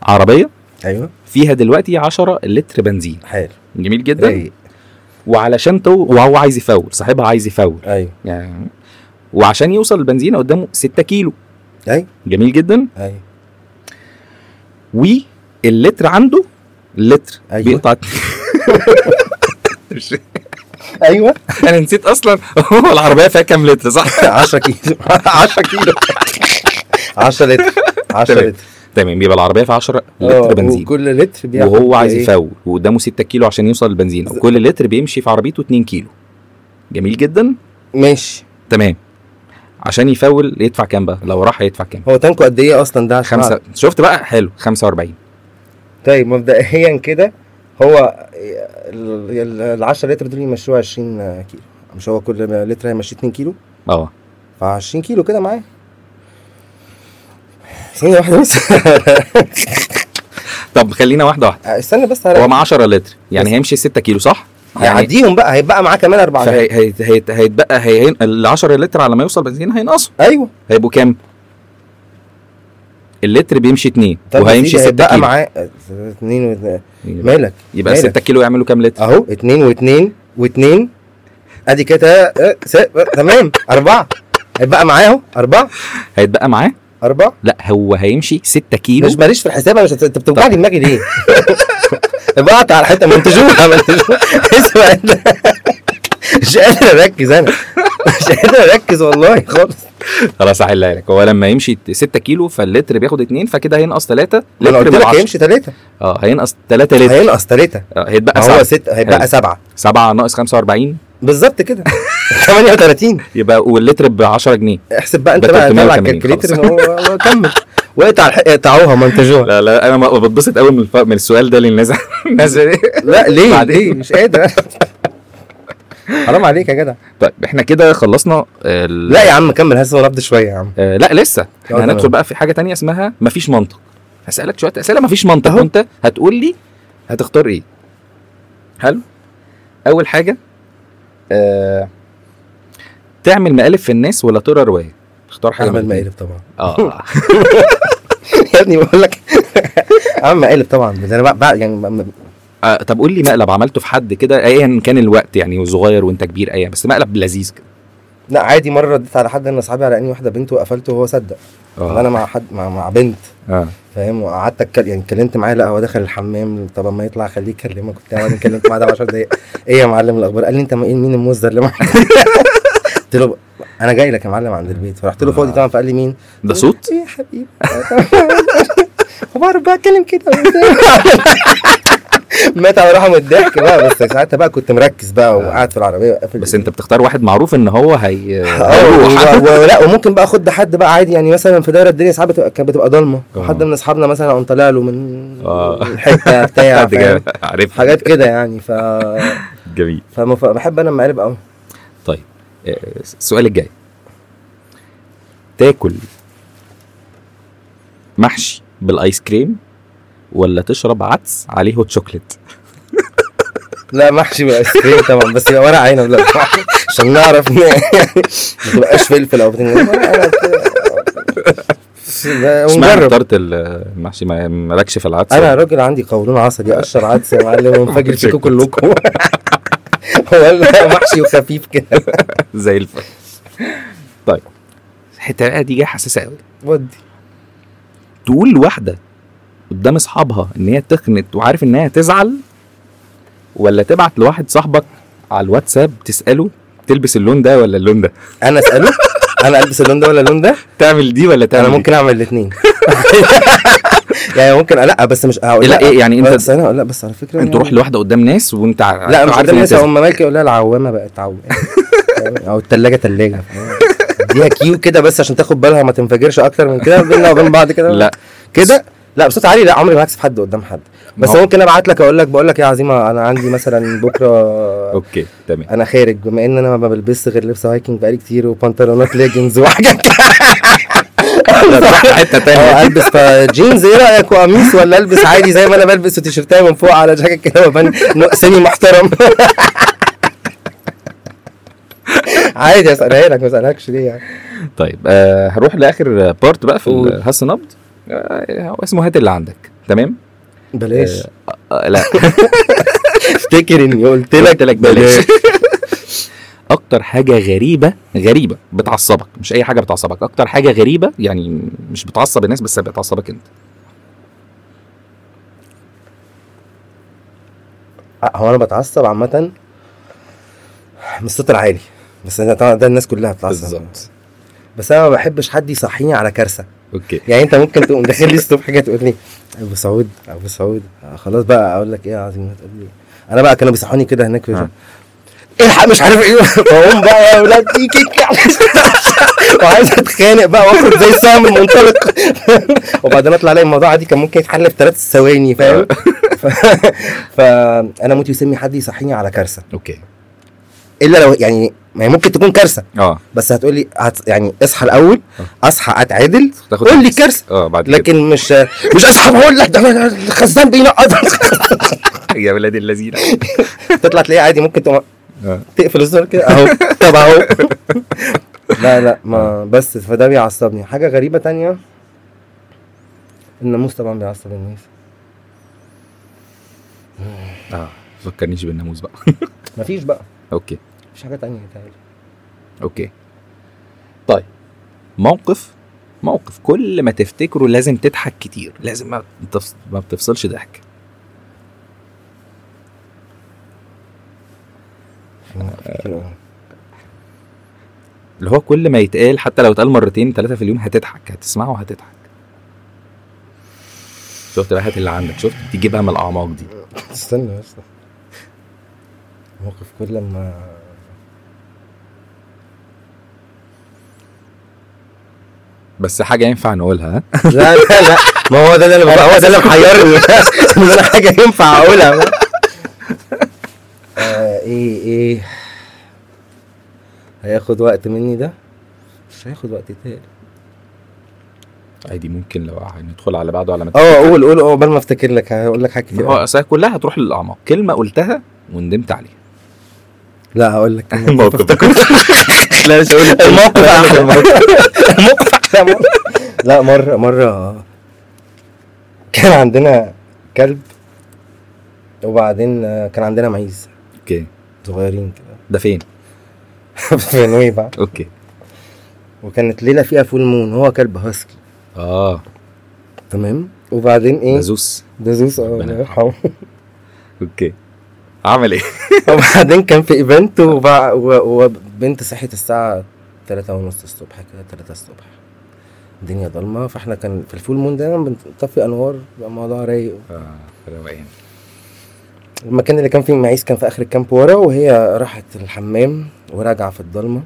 Speaker 1: عربيه
Speaker 2: ايوه
Speaker 1: فيها دلوقتي 10 لتر بنزين
Speaker 2: حلو
Speaker 1: جميل جدا
Speaker 2: رايق
Speaker 1: وعلشان تو وهو عايز يفول صاحبها عايز يفول
Speaker 2: ايوه
Speaker 1: يعني وعشان يوصل البنزين قدامه 6 كيلو
Speaker 2: ايوه
Speaker 1: جميل جدا
Speaker 2: ايوه
Speaker 1: واللتر عنده لتر
Speaker 2: أيوة.
Speaker 1: بيقطع مش-
Speaker 2: ايوه
Speaker 1: انا نسيت اصلا هو العربيه فيها كام لتر صح
Speaker 2: 10 كيلو 10 كيلو 10 لتر 10
Speaker 1: تمام.
Speaker 2: لتر
Speaker 1: تمام بيبقى العربيه فيها 10
Speaker 2: آه،
Speaker 1: لتر بنزين
Speaker 2: وكل لتر بياخد
Speaker 1: وهو عايز
Speaker 2: إيه؟
Speaker 1: يفول وقدامه 6 كيلو عشان يوصل البنزين
Speaker 2: ز-
Speaker 1: وكل لتر بيمشي في عربيته 2 كيلو جميل جدا
Speaker 2: ماشي
Speaker 1: تمام عشان يفول يدفع كام بقى لو راح يدفع كام
Speaker 2: هو تانكو قد ايه اصلا ده عشان
Speaker 1: خمسة شفت بقى حلو 45
Speaker 2: طيب مبدئيا كده هو ال 10 لتر دول يمشوها 20 كيلو مش هو كل لتر هيمشي 2 كيلو
Speaker 1: اه
Speaker 2: ف 20 كيلو كده معايا ثانية واحدة بس
Speaker 1: طب خلينا واحده واحده
Speaker 2: استنى بس
Speaker 1: هو
Speaker 2: هرق-
Speaker 1: مع 10 لتر يعني
Speaker 2: آه. بس.
Speaker 1: هيمشي 6 كيلو صح؟ يعني
Speaker 2: هيعديهم بقى هيبقى معاه كمان أربعة
Speaker 1: فهي- هي- هي- هيتبقى هي ال 10 لتر على ما يوصل بنزين هينقصوا
Speaker 2: أيوه
Speaker 1: هيبقوا كام؟ اللتر بيمشي 2
Speaker 2: طب
Speaker 1: وهيمشي 6
Speaker 2: بقى
Speaker 1: كيلو
Speaker 2: معاه اتنين و...
Speaker 1: يبقى-
Speaker 2: مالك
Speaker 1: يبقى
Speaker 2: مالك؟
Speaker 1: 6 كيلو يعملوا كام لتر؟
Speaker 2: اهو اتنين واتنين واتنين ادي كده اه، س- اه، تمام اربعه هيبقى معاه اهو اربعه
Speaker 1: هيتبقى معاه
Speaker 2: اربعه
Speaker 1: لا هو هيمشي 6 كيلو
Speaker 2: مش ماليش في الحساب انا مش هت- انت بتوجع لي دماغي ليه؟ بقعت على حته منتجوها منتجوها اسمع انت مش قادر اركز انا مش قادر اركز والله خالص
Speaker 1: خلاص هحلها لك هو لما يمشي 6 كيلو فاللتر بياخد 2 فكده هينقص 3
Speaker 2: انا
Speaker 1: لتر
Speaker 2: قلت لك
Speaker 1: بالعشرة.
Speaker 2: هيمشي ثلاثه
Speaker 1: اه هينقص 3 لتر
Speaker 2: هينقص ثلاثه
Speaker 1: آه، هيتبقى
Speaker 2: هو
Speaker 1: 7
Speaker 2: سته هيبقى
Speaker 1: حلو.
Speaker 2: سبعه
Speaker 1: 7 ناقص 45
Speaker 2: بالظبط كده 38
Speaker 1: يبقى واللتر ب 10 جنيه
Speaker 2: احسب بقى انت
Speaker 1: ده
Speaker 2: بقى
Speaker 1: 380
Speaker 2: طلع
Speaker 1: خلاص.
Speaker 2: الكالكليتر ما هو- هو كمل واقطع الح- اقطعوها منتجوها
Speaker 1: لا لا انا ما- بتبسط قوي من الف- من السؤال ده للناس الناس
Speaker 2: لا ليه
Speaker 1: بعدين.
Speaker 2: ليه مش قادر حرام عليك يا جدع
Speaker 1: طيب احنا كده خلصنا ال...
Speaker 2: لا يا عم كمل هسه نبض شويه يا عم
Speaker 1: آه لا لسه
Speaker 2: آه،
Speaker 1: احنا هندخل
Speaker 2: تمام.
Speaker 1: بقى في حاجه تانية اسمها مفيش منطق هسالك شويه اسئله مفيش منطق
Speaker 2: أهو.
Speaker 1: وانت هتقول لي هتختار ايه حلو اول حاجه آه... تعمل مقالب في الناس ولا تقرا روايه اختار حاجه من
Speaker 2: اعمل
Speaker 1: الاتنين.
Speaker 2: مقالب طبعا
Speaker 1: اه
Speaker 2: يا ابني بقول لك اعمل مقالب طبعا ده انا بقى- بقى يعني م-
Speaker 1: آه، طب قول لي مقلب عملته في حد كده ايا كان الوقت يعني وصغير وانت كبير ايا بس مقلب لذيذ كده
Speaker 2: لا عادي مره رديت على حد انا اصحابي على اني واحده بنت وقفلته وهو صدق
Speaker 1: اه
Speaker 2: انا مع حد مع, مع بنت
Speaker 1: اه
Speaker 2: فاهم وقعدت أتكلم- يعني اتكلمت معاه لا هو دخل الحمام طب ما يطلع خليه يكلمك وبتاع وانا اتكلمت معاه ده 10 دقايق ايه يا معلم الاخبار قال لي انت مين مين المصدر اللي معاك قلت له انا جاي لك يا معلم عند البيت فرحت له فاضي طبعا فقال لي مين
Speaker 1: ده صوت
Speaker 2: ايه يا حبيبي وبعرف بقى اتكلم كده مات على رحمه الضحك بقى بس ساعتها بقى كنت مركز بقى وقاعد في العربيه وقافل
Speaker 1: بس انت بتختار واحد معروف ان هو هي
Speaker 2: اه و- و- ولا وممكن بقى اخد حد بقى عادي يعني مثلا في دايره الدنيا ساعات بتبقى كانت بتبقى ضلمه
Speaker 1: آه.
Speaker 2: حد من اصحابنا مثلا قام طالع له من
Speaker 1: آه.
Speaker 2: الحته بتاع
Speaker 1: حد
Speaker 2: فاهم؟
Speaker 1: جامد. عارف
Speaker 2: حاجات كده يعني ف
Speaker 1: جميل
Speaker 2: فبحب انا المقالب قوي
Speaker 1: طيب آه، السؤال الجاي تاكل محشي بالايس كريم ولا تشرب عدس عليه هوت شوكليت
Speaker 2: لا محشي بالايس كريم طبعا بس يبقى ورق عنب لا عشان نعرف ن- يعني ما تبقاش فلفل او بتنجان ورق عنب كده.
Speaker 1: اشمعنى
Speaker 2: ونجرب
Speaker 1: اخترت ال- المحشي ما- مالكش في العدس
Speaker 2: انا راجل عندي قولون عصبي اشرب عدس يا معلم وانفجر فيكم كلكم ولا محشي وخفيف كده
Speaker 1: زي الفل طيب الحته بقى دي جايه حساسه قوي
Speaker 2: ودي
Speaker 1: تقول لواحده قدام اصحابها ان هي تخنت وعارف انها تزعل ولا تبعت لواحد صاحبك على الواتساب تساله تلبس اللون ده ولا اللون ده
Speaker 2: انا اساله انا البس اللون ده ولا اللون ده
Speaker 1: تعمل دي ولا تعمل
Speaker 2: انا
Speaker 1: دي؟
Speaker 2: ممكن اعمل الاثنين يعني ممكن لا بس مش هقول
Speaker 1: لا إيه يعني انت
Speaker 2: بس انا لا بس على فكره
Speaker 1: انت
Speaker 2: يعني-
Speaker 1: تروح لوحده قدام ناس وانت ع-
Speaker 2: لا
Speaker 1: عارف
Speaker 2: مش
Speaker 1: إيه.
Speaker 2: قدام
Speaker 1: إنها
Speaker 2: الناس
Speaker 1: تزعل.
Speaker 2: هم مالك يقول لها العوامه بقت عوامه او الثلاجه ثلاجه اديها كيو كده بس عشان تاخد بالها ما تنفجرش اكتر من كده بينا وبين بعض كده
Speaker 1: لا
Speaker 2: كده لا بصوت عالي لا عمري ما هكسب حد قدام حد بس
Speaker 1: ما هو-
Speaker 2: ممكن ابعت لك اقول لك بقول لك يا عزيمه انا عندي مثلا بكره
Speaker 1: اوكي تمام
Speaker 2: انا خارج بما ان انا ما بلبسش غير لبس هايكنج بقالي كتير وبنطلونات ليجنز وحاجات
Speaker 1: لا، تروح حته
Speaker 2: اه
Speaker 1: تانية
Speaker 2: البس ف- جينز ايه رايك وقميص ولا البس عادي زي ما انا بلبس وتيشيرتايه من فوق على جاكيت كده وبان سيمي محترم عادي اسالها لك ما اسالكش ليه يعني
Speaker 1: طيب آه هروح لاخر بارت بقى في الهس نبض آه هو اسمه هات اللي عندك تمام
Speaker 2: بلاش
Speaker 1: آه لا
Speaker 2: افتكر اني قلت
Speaker 1: قلت لك بلاش اكتر حاجه غريبه غريبه بتعصبك مش اي حاجه بتعصبك اكتر حاجه غريبه يعني مش بتعصب الناس بس بتعصبك انت
Speaker 2: أه، هو انا بتعصب عامه من الصوت العالي بس ده طبعا ده الناس كلها بتتعصب بس انا ما بحبش حد يصحيني على كارثه
Speaker 1: اوكي
Speaker 2: يعني انت ممكن تقوم داخل لي الصبح كده تقول لي ابو سعود ابو سعود آه خلاص بقى اقول لك ايه يا عظيم هتقول لي انا بقى كانوا بيصحوني كده هناك في
Speaker 1: آه.
Speaker 2: الحق مش عارف ايه فاقوم بقى يا اولاد دي كيك وعايز اتخانق بقى واخرج زي السهم المنطلق وبعدين اطلع الاقي الموضوع عادي كان ممكن يتحل في ثلاث ثواني فاهم ف- فانا موت يسمي حد يصحيني على كارثه
Speaker 1: اوكي
Speaker 2: الا لو يعني ما هي ممكن تكون كارثه
Speaker 1: اه
Speaker 2: بس هتقول لي هت يعني اصحى الاول اصحى اتعدل
Speaker 1: تاخد
Speaker 2: قول لي
Speaker 1: نفس.
Speaker 2: كارثه
Speaker 1: اه بعد لكن
Speaker 2: لكن مش مش اصحى بقول لك ده أنا الخزان بينقط
Speaker 1: يا ولاد اللذين
Speaker 2: تطلع تلاقيه عادي ممكن تقوم
Speaker 1: آه.
Speaker 2: تقفل الزر كده اهو طب اهو لا لا ما بس فده بيعصبني حاجه غريبه تانية الناموس طبعا بيعصب الناس
Speaker 1: اه فكرنيش بالناموس بقى
Speaker 2: مفيش بقى
Speaker 1: اوكي
Speaker 2: مفيش حاجه تانية تانية
Speaker 1: اوكي طيب موقف موقف كل ما تفتكره لازم تضحك كتير لازم ما, بتفص... ما بتفصلش ضحك اللي هو كل ما يتقال حتى لو اتقال مرتين ثلاثه في اليوم هتضحك هتسمعه وهتضحك شفت بقى هات اللي عندك شفت تجيبها من الاعماق دي
Speaker 2: استنى بس موقف كل لما
Speaker 1: بس حاجه ينفع نقولها ها؟
Speaker 2: لا لا لا ما هو ده اللي هو ده اللي محيرني ان انا حاجه ينفع اقولها آه ايه ايه هياخد وقت مني ده مش هياخد وقت تاني
Speaker 1: عادي ممكن لو ندخل على بعضه على ما
Speaker 2: اه قول قول اه قبل ما افتكر لك هقول لك حاجه
Speaker 1: ما
Speaker 2: كتير
Speaker 1: هو
Speaker 2: أوي.
Speaker 1: أصل كلها هتروح للاعماق كلمه قلتها وندمت عليها
Speaker 2: لا هقول لك
Speaker 1: الموقف لا مش هقول لك.
Speaker 2: الموقف أحلى.
Speaker 1: الموقف
Speaker 2: الموقف لا مره مره كان عندنا كلب وبعدين آه، كان عندنا معيز
Speaker 1: اوكي
Speaker 2: صغيرين كده
Speaker 1: ده فين
Speaker 2: في نويبع
Speaker 1: اوكي
Speaker 2: وكانت ليله فيها فول مون هو كلب هاسكي
Speaker 1: اه
Speaker 2: تمام وبعدين
Speaker 1: ده
Speaker 2: ايه
Speaker 1: زوس
Speaker 2: ده زوس اه
Speaker 1: ربنا
Speaker 2: الله يرحمه
Speaker 1: اوكي عمل ايه
Speaker 2: وبعدين كان في ايفنت وبع- و- وبنت صحيت الساعه 3 ونص الصبح كده 3 الصبح الدنيا ضلمه فاحنا كان في الفول مون دايما بنطفي انوار بيبقى الموضوع رايق
Speaker 1: اه روقان
Speaker 2: المكان اللي كان فيه المعيز كان في اخر الكامب ورا وهي راحت الحمام وراجعه في الضلمه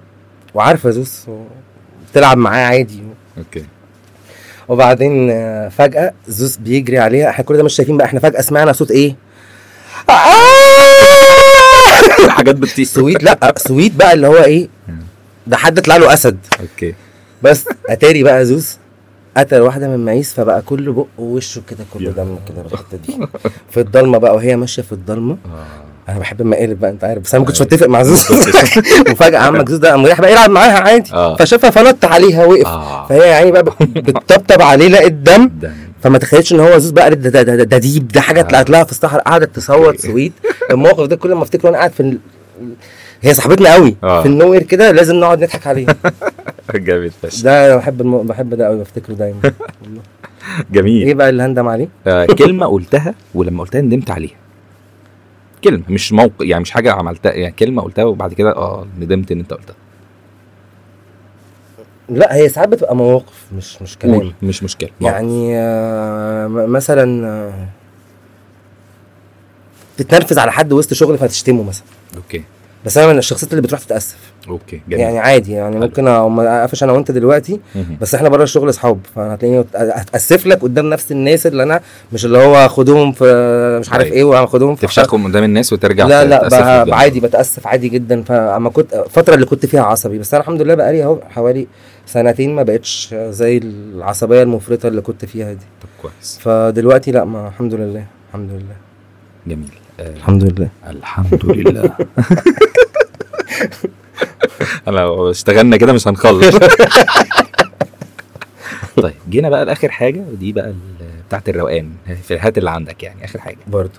Speaker 2: وعارفه زوس و- بتلعب معاه عادي
Speaker 1: اوكي
Speaker 2: وبعدين آه، فجأة زوس بيجري عليها احنا كل ده مش شايفين بقى احنا فجأة سمعنا صوت ايه؟ آه!
Speaker 1: حاجات بتطير
Speaker 2: سويت لا سويت بقى اللي هو ايه؟ ده حد طلع له اسد
Speaker 1: اوكي
Speaker 2: بس اتاري بقى زوس قتل واحدة من معيز فبقى كله بقه ووشه كده كله
Speaker 1: يا.
Speaker 2: دم كده بالحتة دي في الضلمة بقى وهي ماشية في الضلمة
Speaker 1: اه
Speaker 2: انا بحب المقالب بقى انت عارف بس انا ما كنتش
Speaker 1: أيوة.
Speaker 2: متفق مع زوس وفجأة عمك زوس ده قام رايح بقى يلعب معاها عادي
Speaker 1: اه
Speaker 2: فشافها فنط عليها وقف
Speaker 1: اه
Speaker 2: فهي يعني بقى بتطبطب عليه لقت دم
Speaker 1: ده
Speaker 2: فما تخيلتش ان هو زوز بقى قالت ده ده ده, ده ديب ده حاجه
Speaker 1: آه.
Speaker 2: طلعت لها في الصحراء قعدت تصوت سويت الموقف ده كل ما افتكره وانا قاعد في ال... هي صاحبتنا قوي
Speaker 1: آه.
Speaker 2: في النوير كده لازم نقعد نضحك عليه
Speaker 1: جامد فشخ
Speaker 2: ده انا بحب الم... بحب ده قوي بفتكره دايما والله.
Speaker 1: جميل
Speaker 2: ايه بقى اللي هندم عليه؟
Speaker 1: آه، كلمه قلتها ولما قلتها ندمت عليها كلمه مش موقف يعني مش حاجه عملتها يعني كلمه قلتها وبعد كده اه ندمت ان انت قلتها
Speaker 2: لا هي ساعات بتبقى مواقف مش مش كلام
Speaker 1: قول مش مشكله موقف.
Speaker 2: يعني آه، م- مثلا آه، تتنرفز على حد وسط شغل فتشتمه مثلا
Speaker 1: اوكي
Speaker 2: بس انا من الشخصيات اللي بتروح تتاسف
Speaker 1: اوكي جميل
Speaker 2: يعني عادي يعني
Speaker 1: حلو.
Speaker 2: ممكن أقوم اقفش انا وانت دلوقتي
Speaker 1: مهم.
Speaker 2: بس احنا بره الشغل اصحاب فهتلاقيني هتاسف لك قدام نفس الناس اللي انا مش اللي هو خدهم في مش عارف
Speaker 1: أيوة.
Speaker 2: ايه وهاخدهم في
Speaker 1: تفشخهم قدام الناس وترجع
Speaker 2: لا لا
Speaker 1: تتأسف
Speaker 2: بقى-
Speaker 1: قدام.
Speaker 2: عادي بتاسف عادي جدا فاما كنت الفتره اللي كنت فيها عصبي بس انا الحمد لله بقالي اهو حوالي سنتين ما بقتش زي العصبيه المفرطه اللي كنت فيها دي
Speaker 1: طب كويس
Speaker 2: فدلوقتي لا ما الحمد لله الحمد لله
Speaker 1: جميل آه
Speaker 2: الحمد لله
Speaker 1: الحمد لله انا لو اشتغلنا كده مش هنخلص طيب جينا بقى لاخر حاجه ودي بقى ال- بتاعت الروقان في هات اللي عندك يعني اخر حاجه
Speaker 2: برضه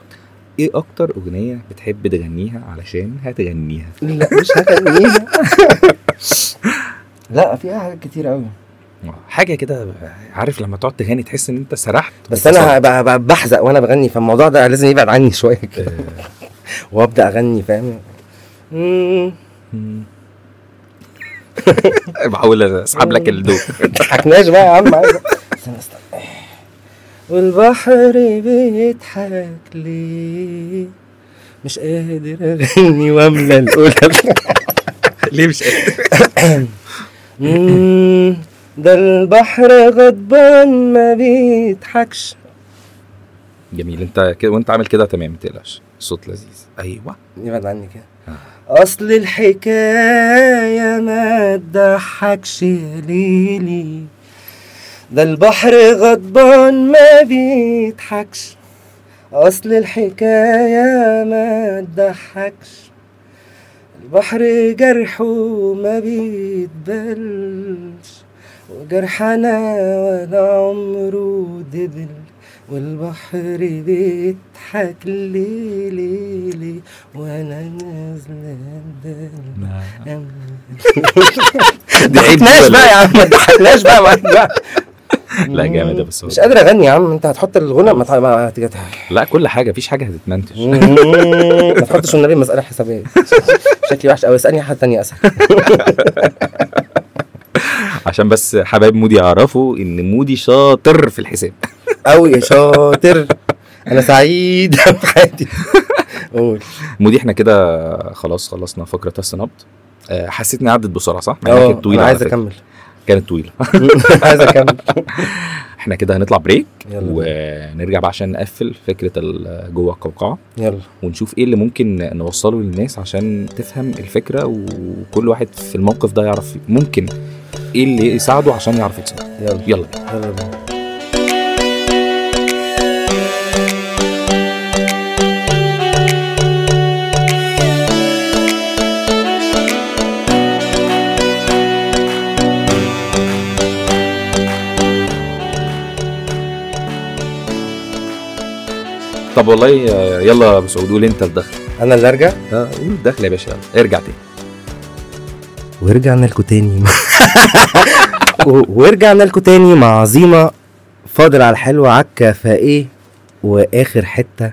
Speaker 1: ايه اكتر اغنيه بتحب تغنيها علشان هتغنيها
Speaker 2: لا مش هغنيها لا فيها حاجات كتير قوي
Speaker 1: حاجه كده عارف لما تقعد تغني تحس ان انت سرحت
Speaker 2: بس انا هبقى- هبقى بحزق وانا بغني فالموضوع ده لازم يبعد عني شويه كده
Speaker 1: آه،
Speaker 2: وابدا اغني فاهم مم،
Speaker 1: مم. بحاول اسحب لك الدوق
Speaker 2: ما تضحكناش بقى يا عم عايز- استنى استنى والبحر بيضحك ليه مش قادر اغني واملى القلب
Speaker 1: ليه مش قادر؟
Speaker 2: مم، ده البحر غضبان ما بيضحكش
Speaker 1: جميل انت كده وانت عامل كده تمام ما تقلقش الصوت لذيذ ايوه
Speaker 2: يبعد عني كده اصل الحكايه ما تضحكش يا ليلي ده البحر غضبان ما بيضحكش اصل الحكايه ما تضحكش البحر جرحه ما بيتبلش وجرح انا ولا عمره دبل والبحر بيضحك ليه ليه ليه وانا نازله الدل
Speaker 1: نعم. دي عيب إيه؟
Speaker 2: ماشي بقى يا عم ما تضحكناش بقى ما بقى.
Speaker 1: لا جامد يا بس هو.
Speaker 2: مش قادر اغني يا عم انت هتحط الغنى ما تح- ما هتيجي تح-
Speaker 1: لا كل حاجه مفيش حاجه هتتمنتج
Speaker 2: ما تحطش النبي مساله حسابيه شكلي وحش قوي اسالني حد تاني اسهل
Speaker 1: عشان بس حبايب مودي يعرفوا ان مودي شاطر في الحساب
Speaker 2: قوي يا شاطر انا سعيد بحياتي قول
Speaker 1: مودي احنا كده خلاص خلصنا فقره السنابت آه، حسيت انها عدت بسرعه صح؟ مع إنها
Speaker 2: اه
Speaker 1: كانت طويله
Speaker 2: انا
Speaker 1: على
Speaker 2: عايز
Speaker 1: فكرة.
Speaker 2: اكمل
Speaker 1: كانت طويله
Speaker 2: عايز اكمل
Speaker 1: احنا كده هنطلع بريك
Speaker 2: يلا بينا.
Speaker 1: ونرجع بقى عشان نقفل فكره ال- جوه القوقعه
Speaker 2: يلا
Speaker 1: ونشوف ايه اللي ممكن نوصله للناس عشان تفهم الفكره وكل واحد في الموقف ده يعرف ممكن ايه اللي يساعده عشان يعرف يتصرف
Speaker 2: يلا
Speaker 1: يلا
Speaker 2: يلا بينا.
Speaker 1: طب والله آه، يلا يا ابو سعود قول انت الدخل
Speaker 2: انا اللي ارجع
Speaker 1: آه، قول الدخل يا باشا يلا ارجع تاني
Speaker 2: ورجعنا لكم تاني و- ورجعنا لكم تاني مع عظيمة فاضل على الحلوة عكا فايه واخر حتة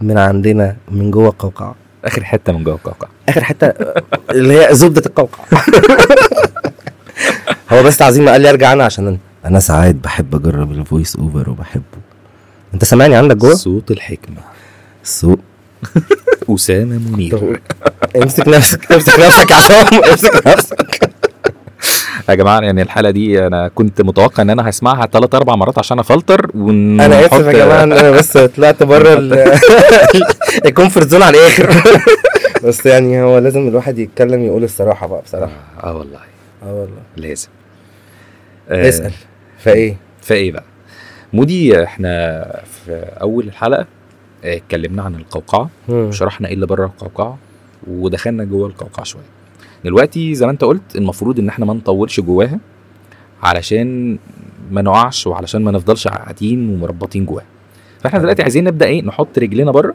Speaker 2: من عندنا من جوه القوقعة
Speaker 1: اخر حته من جوه القوقعه
Speaker 2: اخر حتة اللي هي زبدة القوقعة هو بس عظيمة قال لي ارجع انا عشان أنا- انا ساعات بحب اجرب الفويس اوفر وبحبه انت سامعني عندك جوه؟
Speaker 1: صوت الحكمه
Speaker 2: سوق
Speaker 1: اسامه منير
Speaker 2: امسك نفسك امسك نفسك يا عصام امسك نفسك
Speaker 1: يا جماعه يعني الحلقه دي انا كنت متوقع ان انا هسمعها ثلاث اربع مرات عشان افلتر ون-
Speaker 2: انا اسف يا
Speaker 1: ونحط-
Speaker 2: جماعه ان انا بس طلعت بره ال- الكومفورت زون على الاخر بس يعني هو لازم الواحد يتكلم يقول الصراحه بقى بصراحه
Speaker 1: اه والله
Speaker 2: اه والله
Speaker 1: لازم آه،
Speaker 2: اسال فايه
Speaker 1: فايه بقى مودي احنا في اول الحلقه آه، اتكلمنا عن القوقعه
Speaker 2: مم.
Speaker 1: وشرحنا ايه اللي بره القوقعه ودخلنا جوه القوقعه شويه دلوقتي زي ما انت قلت المفروض ان احنا ما نطولش جواها علشان ما نقعش وعلشان ما نفضلش قاعدين ومربطين جواها فاحنا دلوقتي عايزين نبدا ايه نحط رجلنا بره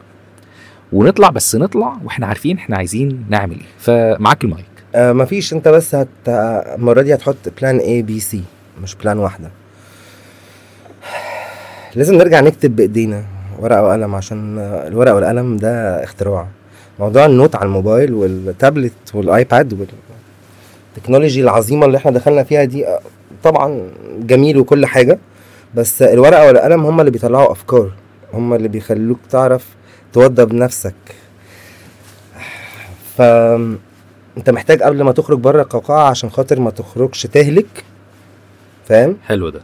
Speaker 1: ونطلع بس نطلع واحنا عارفين احنا عايزين نعمل ايه فمعاك المايك
Speaker 2: آه مفيش انت بس هت آه، المره دي هتحط بلان اي بي سي مش بلان واحده لازم نرجع نكتب بايدينا ورقه وقلم عشان آه، الورقه والقلم ده اختراع موضوع النوت على الموبايل والتابلت والايباد والتكنولوجي العظيمه اللي احنا دخلنا فيها دي آه، طبعا جميل وكل حاجه بس الورقه والقلم هم اللي بيطلعوا افكار هم اللي بيخلوك تعرف توضب نفسك ف انت محتاج قبل ما تخرج بره القوقعه عشان خاطر ما تخرجش تهلك فاهم
Speaker 1: حلو ده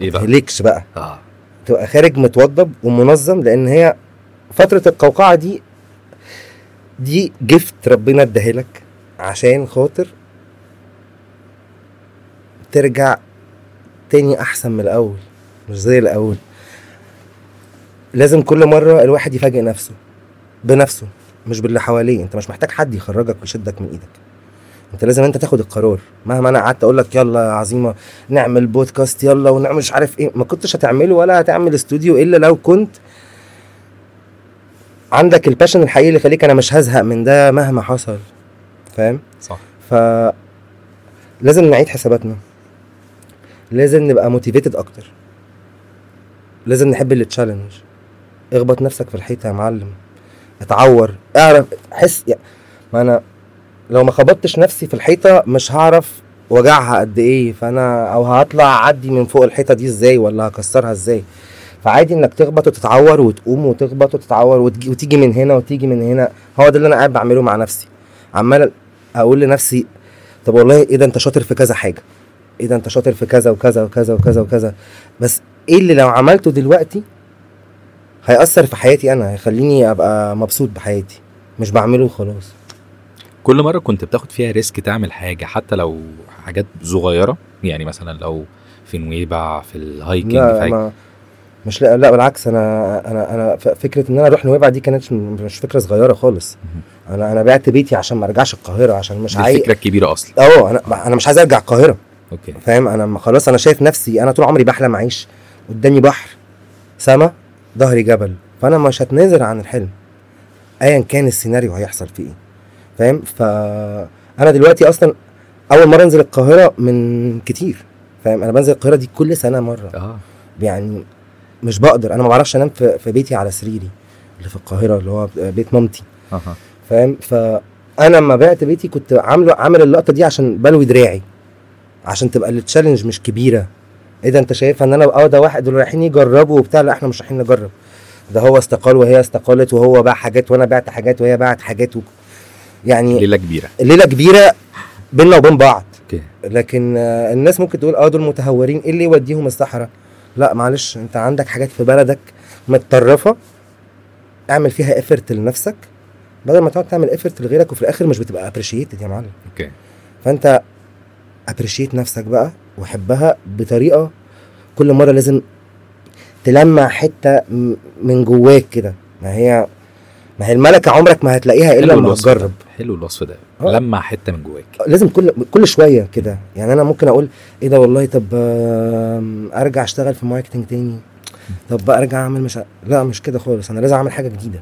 Speaker 1: ايه بقى
Speaker 2: تهلكش بقى
Speaker 1: اه
Speaker 2: تبقى خارج متوضب ومنظم لان هي فتره القوقعه دي دي جفت ربنا اداهالك عشان خاطر ترجع تاني احسن من الاول مش زي الاول لازم كل مره الواحد يفاجئ نفسه بنفسه مش باللي حواليه انت مش محتاج حد يخرجك ويشدك من ايدك انت لازم انت تاخد القرار مهما انا قعدت اقول لك يلا يا عظيمه نعمل بودكاست يلا ونعمل مش عارف ايه ما كنتش هتعمله ولا هتعمل استوديو الا لو كنت عندك الباشن الحقيقي اللي يخليك انا مش هزهق من ده مهما حصل فاهم
Speaker 1: صح
Speaker 2: ف لازم نعيد حساباتنا لازم نبقى موتيفيتد اكتر لازم نحب التشالنج اخبط نفسك في الحيطه يا معلم اتعور اعرف احس يع- ما انا لو ما خبطتش نفسي في الحيطه مش هعرف وجعها قد ايه فانا او هطلع اعدي من فوق الحيطه دي ازاي ولا هكسرها ازاي فعادي انك تخبط وتتعور وتقوم وتخبط وتتعور وتجي وتيجي من هنا وتيجي من هنا هو ده اللي انا قاعد بعمله مع نفسي عمال اقول لنفسي طب والله ايه ده انت شاطر في كذا حاجه ايه ده انت شاطر في كذا وكذا وكذا وكذا وكذا بس ايه اللي لو عملته دلوقتي هيأثر في حياتي انا هيخليني ابقى مبسوط بحياتي مش بعمله وخلاص
Speaker 1: كل مره كنت بتاخد فيها ريسك تعمل حاجه حتى لو حاجات صغيره يعني مثلا لو في نويبع في الهايكنج في
Speaker 2: لا
Speaker 1: حاجة.
Speaker 2: ما مش لا, لا بالعكس انا انا انا ف- فكره ان انا اروح نويبع دي كانت م- مش فكره صغيره خالص انا انا بعت بيتي عشان ما ارجعش القاهره عشان مش
Speaker 1: دي
Speaker 2: عايز
Speaker 1: الفكره الكبيره اصلا
Speaker 2: اه انا انا مش عايز ارجع القاهره
Speaker 1: اوكي
Speaker 2: فاهم انا ما خلاص انا شايف نفسي انا طول عمري بحلم اعيش قدامي بحر سما ظهري جبل فانا مش هتنازل عن الحلم ايا كان السيناريو هيحصل فيه ايه فاهم فانا دلوقتي اصلا اول مره انزل القاهره من كتير فاهم انا بنزل القاهره دي كل سنه مره
Speaker 1: اه
Speaker 2: يعني مش بقدر انا ما بعرفش انام في, في بيتي على سريري اللي في القاهره اللي هو بيت مامتي
Speaker 1: اها
Speaker 2: فاهم فانا لما بعت بيتي كنت عامله عامل اللقطه دي عشان بلوي دراعي عشان تبقى التشالنج مش كبيره ايه ده انت شايف ان انا اه ده واحد دول رايحين يجربوا وبتاع لا احنا مش رايحين نجرب ده هو استقال وهي استقالت وهو باع حاجات وانا بعت حاجات وهي باعت حاجات و... يعني
Speaker 1: ليله كبيره
Speaker 2: الليله كبيره بينا وبين بعض
Speaker 1: اوكي
Speaker 2: لكن آه، الناس ممكن تقول اه دول متهورين ايه اللي يوديهم الصحراء لا معلش انت عندك حاجات في بلدك متطرفه اعمل فيها افرت لنفسك بدل ما تقعد تعمل افرت لغيرك وفي الاخر مش بتبقى ابريشيتد يا معلم
Speaker 1: اوكي
Speaker 2: فانت ابريشيت نفسك بقى وحبها بطريقه كل مره لازم تلمع حته م- من جواك كده ما هي ما هي الملكه عمرك ما هتلاقيها
Speaker 1: حلو
Speaker 2: الا لما
Speaker 1: الوصف ده.
Speaker 2: تجرب
Speaker 1: حلو الوصف ده
Speaker 2: آه.
Speaker 1: لمع حته من جواك
Speaker 2: لازم كل كل شويه كده يعني انا ممكن اقول ايه ده والله طب آم، ارجع اشتغل في ماركتنج تاني طب بقى ارجع اعمل مش ع- لا مش كده خالص انا لازم اعمل حاجه جديده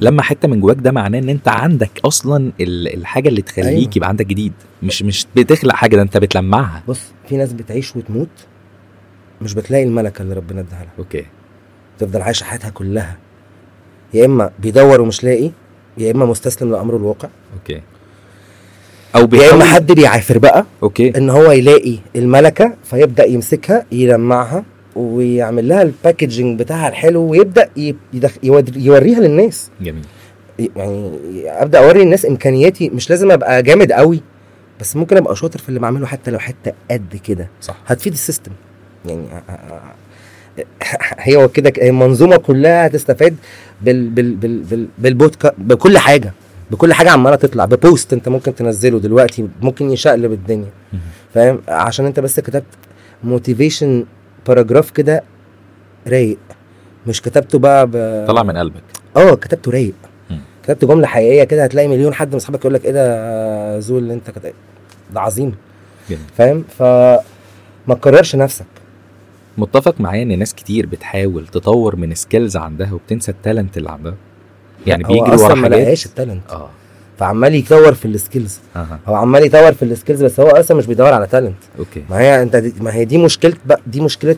Speaker 1: لما حته من جواك ده معناه ان انت عندك اصلا ال- الحاجه اللي تخليك
Speaker 2: أيوة.
Speaker 1: يبقى عندك جديد مش مش بتخلق حاجه ده انت بتلمعها
Speaker 2: بص في ناس بتعيش وتموت مش بتلاقي الملكه اللي ربنا اداها لها
Speaker 1: اوكي
Speaker 2: تفضل عايشه حياتها كلها يا اما بيدور ومش لاقي يا اما مستسلم لامر الواقع
Speaker 1: اوكي او
Speaker 2: يا
Speaker 1: بيحاول
Speaker 2: اما حد أه. بيعافر بقى
Speaker 1: اوكي
Speaker 2: ان هو يلاقي الملكه فيبدا يمسكها يلمعها ويعمل لها الباكجينج بتاعها الحلو ويبدا ي- يدخ... يود- يوريها للناس
Speaker 1: جميل
Speaker 2: يعني ابدا اوري الناس امكانياتي مش لازم ابقى جامد قوي بس ممكن ابقى شاطر في اللي بعمله حتى لو حتى قد كده
Speaker 1: صح
Speaker 2: هتفيد السيستم يعني ه- ه- هي هو كده هي المنظومه كلها هتستفاد بال بال بال بال بالبودكا بكل حاجه بكل حاجه عماله تطلع ببوست انت ممكن تنزله دلوقتي ممكن يشقلب الدنيا
Speaker 1: مهم.
Speaker 2: فاهم عشان انت بس كتبت موتيفيشن باراجراف كده رايق مش كتبته بقى ب...
Speaker 1: طلع من قلبك
Speaker 2: اه كتبته رايق
Speaker 1: مم.
Speaker 2: كتبت جمله حقيقيه كده هتلاقي مليون حد من اصحابك يقول لك ايه ده زول اللي انت كتبت ده عظيم
Speaker 1: جميل
Speaker 2: فاهم فما تكررش نفسك
Speaker 1: متفق معايا ان ناس كتير بتحاول تطور من سكيلز عندها وبتنسى التالنت اللي عندها يعني
Speaker 2: هو
Speaker 1: بيجري
Speaker 2: اصلا
Speaker 1: ورا
Speaker 2: ما لقاش
Speaker 1: حاجات
Speaker 2: التالنت
Speaker 1: اه
Speaker 2: فعمال يطور في السكيلز
Speaker 1: اها
Speaker 2: هو عمال يطور في السكيلز بس هو اصلا مش بيدور على تالنت
Speaker 1: اوكي
Speaker 2: ما هي انت دي ما هي دي مشكله بقى دي مشكله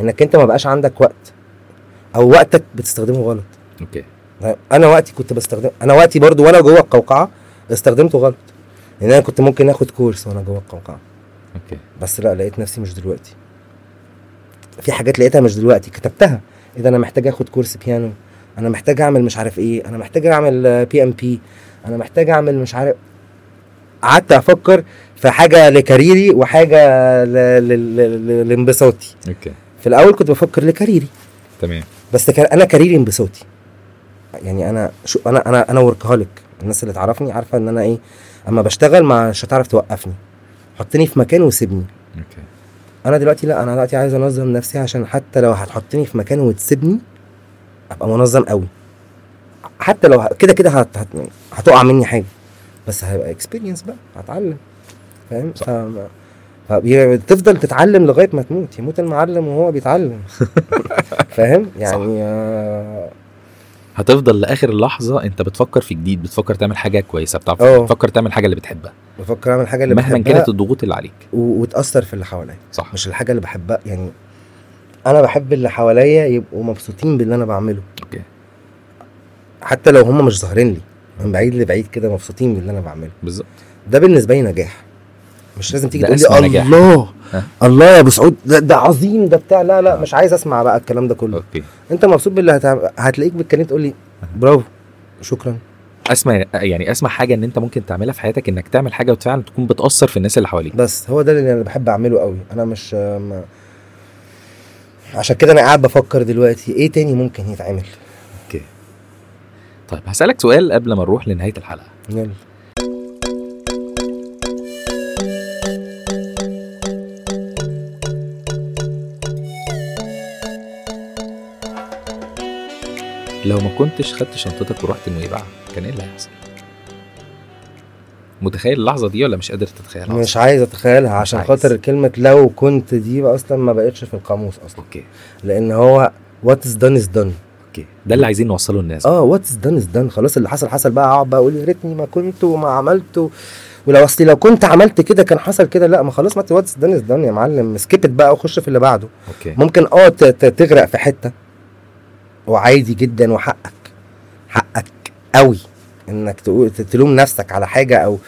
Speaker 2: انك انت ما بقاش عندك وقت او وقتك بتستخدمه غلط
Speaker 1: اوكي
Speaker 2: انا وقتي كنت بستخدم انا وقتي برضو وانا جوه القوقعه استخدمته غلط لان انا كنت ممكن اخد كورس وانا جوه القوقعه
Speaker 1: اوكي
Speaker 2: بس لا لقيت نفسي مش دلوقتي في حاجات لقيتها مش دلوقتي كتبتها ايه ده انا محتاج اخد كورس بيانو انا محتاج اعمل مش عارف ايه انا محتاج اعمل بي ام بي انا محتاج اعمل مش عارف قعدت افكر في حاجه لكاريري وحاجه ل- ل- ل- ل- لانبساطي
Speaker 1: اوكي
Speaker 2: في الاول كنت بفكر لكاريري
Speaker 1: تمام
Speaker 2: بس كان انا كاريري انبساطي يعني انا شو انا انا انا وركهوليك الناس اللي تعرفني عارفه ان انا ايه اما بشتغل مش هتعرف توقفني حطني في مكان وسيبني
Speaker 1: اوكي
Speaker 2: انا دلوقتي لا انا دلوقتي عايز انظم نفسي عشان حتى لو هتحطني في مكان وتسيبني ابقى منظم قوي حتى لو ه- كده كده هت... هت... هتقع مني حاجه بس هيبقى اكسبيرينس بقى هتعلم فاهم
Speaker 1: صح.
Speaker 2: ف... فبتفضل تتعلم لغايه ما تموت يموت المعلم وهو بيتعلم فاهم يعني آه،
Speaker 1: هتفضل لاخر اللحظه انت بتفكر في جديد بتفكر تعمل حاجه كويسه بتعرف
Speaker 2: اه.
Speaker 1: بتفكر تعمل حاجه اللي بتحبها
Speaker 2: بفكر اعمل حاجه اللي
Speaker 1: مهما
Speaker 2: بحبها
Speaker 1: كانت الضغوط اللي عليك
Speaker 2: و... وتاثر في اللي حواليا
Speaker 1: صح
Speaker 2: مش الحاجه اللي بحبها يعني انا بحب اللي حواليا يبقوا مبسوطين باللي انا بعمله
Speaker 1: اوكي
Speaker 2: حتى لو هم مش ظاهرين لي من بعيد لبعيد كده مبسوطين باللي انا بعمله
Speaker 1: بالظبط
Speaker 2: ده بالنسبه لي نجاح مش لازم تيجي
Speaker 1: ده
Speaker 2: تقول لي
Speaker 1: أسمى نجاح.
Speaker 2: الله
Speaker 1: ها.
Speaker 2: الله يا ابو سعود ده, ده عظيم ده بتاع لا لا مش عايز اسمع بقى الكلام ده كله
Speaker 1: اوكي
Speaker 2: انت مبسوط باللي هتعمل هتلاقيك بتكلم تقول لي برافو شكرا
Speaker 1: اسمع يعني اسمع حاجه ان انت ممكن تعملها في حياتك انك تعمل حاجه وفعلا تكون بتاثر في الناس اللي حواليك
Speaker 2: بس هو ده اللي انا بحب اعمله قوي انا مش ما- عشان كده انا قاعد بفكر دلوقتي ايه تاني ممكن يتعمل
Speaker 1: طيب هسالك سؤال قبل ما نروح لنهايه الحلقه
Speaker 2: يلا
Speaker 1: لو ما كنتش خدت شنطتك ورحت نويبع كان ايه اللي هيحصل متخيل اللحظه دي ولا مش قادر تتخيلها
Speaker 2: مش
Speaker 1: أصلاً؟
Speaker 2: عايز اتخيلها عشان
Speaker 1: عايز.
Speaker 2: خاطر كلمه لو كنت دي اصلا ما بقتش في القاموس اصلا
Speaker 1: اوكي
Speaker 2: لان هو وات از دان از دان
Speaker 1: اوكي ده اللي عايزين نوصله للناس
Speaker 2: اه واتس دان از دان خلاص اللي حصل حصل بقى اقعد بقى اقول يا ريتني ما كنت وما عملت و- ولو اصلي لو كنت عملت كده كان حصل كده لا ما خلاص ما واتس دان از دان يا معلم سكيبت بقى وخش في اللي بعده
Speaker 1: اوكي
Speaker 2: ممكن اه ت- ت- تغرق في حته وعادي جدا وحقك حقك قوي انك تقول ت- تلوم نفسك على حاجه او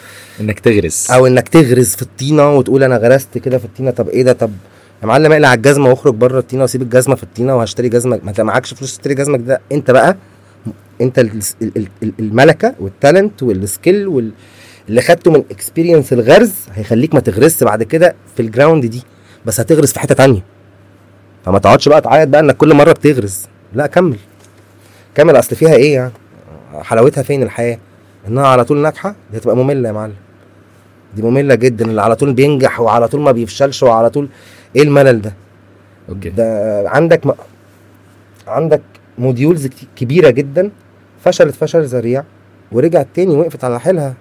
Speaker 1: انك تغرس
Speaker 2: او انك تغرز في الطينه وتقول انا غرست كده في الطينه طب ايه ده طب يا معلم اقلع الجزمه واخرج بره الطينه وسيب الجزمه في الطينه وهشتري جزمه ما انت معكش فلوس تشتري جزمه ده انت بقى انت ال- ال- ال- ال- الملكه والتالنت والسكيل وال اللي خدته من اكسبيرينس الغرز هيخليك ما تغرس بعد كده في الجراوند دي بس هتغرس في حته تانية فما تقعدش بقى تعيط بقى انك كل مره بتغرز لا كمل كمل اصل فيها ايه يعني حلاوتها فين الحياه انها على طول ناجحه دي هتبقى ممله يا معلم دي ممله جدا اللي على طول بينجح وعلى طول ما بيفشلش وعلى طول ايه الملل ده
Speaker 1: اوكي
Speaker 2: ده عندك م... عندك موديولز كت- كبيره جدا فشلت فشل ذريع ورجعت تاني وقفت على حيلها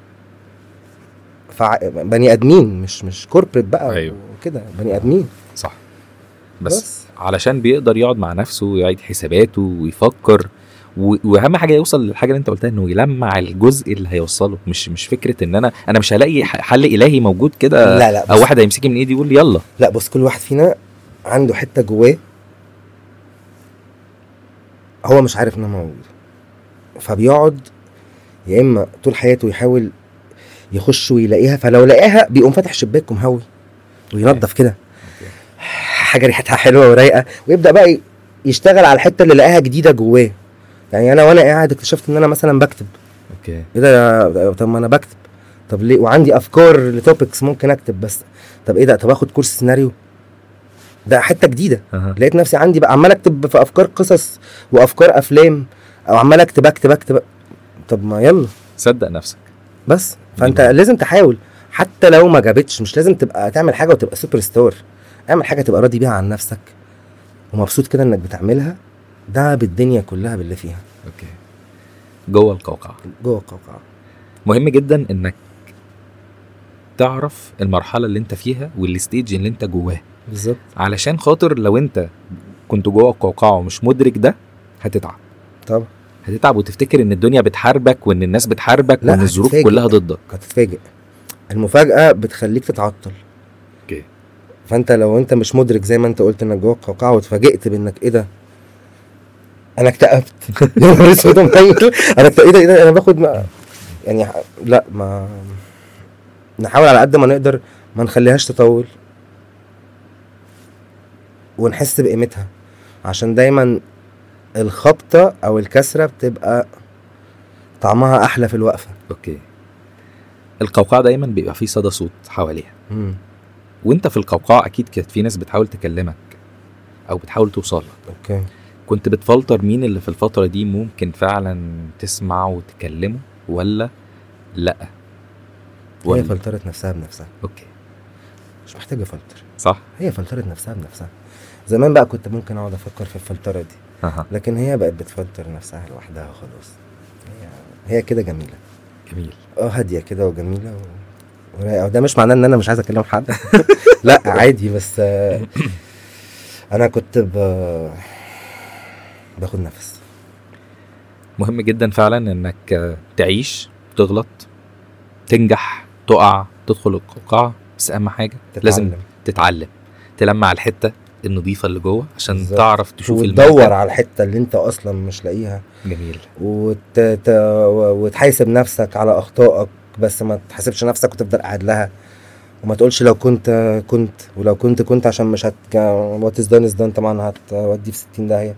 Speaker 2: فع... بني ادمين مش مش كوربريت بقى
Speaker 1: أيوة.
Speaker 2: وكده بني ادمين
Speaker 1: صح بس علشان بيقدر يقعد مع نفسه ويعيد حساباته ويفكر و- واهم حاجه يوصل للحاجه اللي انت قلتها انه يلمع الجزء اللي هيوصله مش مش فكره ان انا انا مش هلاقي ح- حل الهي موجود كده
Speaker 2: لا لا
Speaker 1: او
Speaker 2: بص,
Speaker 1: واحد هيمسكني من ايدي يقول لي يلا
Speaker 2: لا بص كل واحد فينا عنده حته جواه هو مش عارف انها موجوده فبيقعد يا اما طول حياته يحاول يخش ويلاقيها فلو لقاها بيقوم فاتح شباك ومهوي وينضف كده حاجه ريحتها حلوه ورايقه ويبدا بقى ي- يشتغل على الحته اللي لقاها جديده جواه يعني انا وانا قاعد اكتشفت ان انا مثلا بكتب
Speaker 1: اوكي
Speaker 2: ايه ده طب ما انا بكتب طب ليه وعندي افكار لتوبكس ممكن اكتب بس طب ايه ده طب اخد كورس سيناريو ده حته جديده
Speaker 1: أها.
Speaker 2: لقيت نفسي عندي بقى عمال اكتب في افكار قصص وافكار افلام او عمال اكتب اكتب اكتب طب ما يلا
Speaker 1: صدق نفسك
Speaker 2: بس فانت
Speaker 1: جميل.
Speaker 2: لازم تحاول حتى لو ما جابتش مش لازم تبقى تعمل حاجه وتبقى سوبر ستار اعمل حاجه تبقى راضي بيها عن نفسك ومبسوط كده انك بتعملها ده بالدنيا كلها باللي فيها
Speaker 1: اوكي جوه القوقعه
Speaker 2: جوه القوقعه
Speaker 1: مهم جدا انك تعرف المرحله اللي انت فيها والستيج اللي انت جواه
Speaker 2: بالظبط
Speaker 1: علشان خاطر لو انت كنت جوه القوقعه ومش مدرك ده هتتعب
Speaker 2: طبعا
Speaker 1: هتتعب وتفتكر ان الدنيا بتحاربك وان الناس بتحاربك
Speaker 2: لا،
Speaker 1: وان الظروف
Speaker 2: هتتفاجئ.
Speaker 1: كلها ضدك
Speaker 2: هتتفاجئ المفاجاه بتخليك تتعطل
Speaker 1: اوكي.
Speaker 2: فانت لو انت مش مدرك زي ما انت قلت انك جوه القوقعه واتفاجئت بانك ايه ده انا اكتئبت يا نهار اسود يا مايكل. انا اكتئبت ايه ده ايه ده انا باخد ما- يعني ح- لا ما نحاول على قد ما نقدر ما نخليهاش تطول ونحس بقيمتها عشان دايما الخبطه او الكسره بتبقى طعمها احلى في الوقفه
Speaker 1: اوكي القوقعه دايما بيبقى فيه صدى صوت حواليها
Speaker 2: مم.
Speaker 1: وانت في القوقعه اكيد كانت في ناس بتحاول تكلمك او بتحاول توصل لك
Speaker 2: اوكي
Speaker 1: كنت بتفلتر مين اللي في الفتره دي ممكن فعلا تسمعه وتكلمه ولا لا
Speaker 2: هي
Speaker 1: ولا
Speaker 2: فلترت نفسها بنفسها
Speaker 1: اوكي
Speaker 2: مش محتاجه فلتر
Speaker 1: صح
Speaker 2: هي فلترت نفسها بنفسها زمان بقى كنت ممكن اقعد افكر في الفلتره دي
Speaker 1: اها
Speaker 2: لكن هي بقت بتفلتر نفسها لوحدها خلاص هي, هي كده جميله
Speaker 1: جميل
Speaker 2: اه هاديه كده وجميله و... ورايقه وده مش معناه ان انا مش عايز اكلم حد لا عادي بس آه، انا كنت ب... باخد نفس
Speaker 1: مهم جدا فعلا انك آه، تعيش تغلط تنجح تقع تدخل القوقعه بس اهم حاجه لازم
Speaker 2: تتعلم.
Speaker 1: تتعلم تلمع الحته النضيفه اللي جوه عشان
Speaker 2: بالظبط.
Speaker 1: تعرف تشوف
Speaker 2: وتدور
Speaker 1: الملكة.
Speaker 2: على الحته اللي انت اصلا مش لاقيها
Speaker 1: جميل
Speaker 2: وت... ت... وتحاسب نفسك على اخطائك بس ما تحاسبش نفسك وتفضل قاعد لها وما تقولش لو كنت كنت ولو كنت كنت عشان مش هت وات از دان از دان طبعا هتودي في 60 داهيه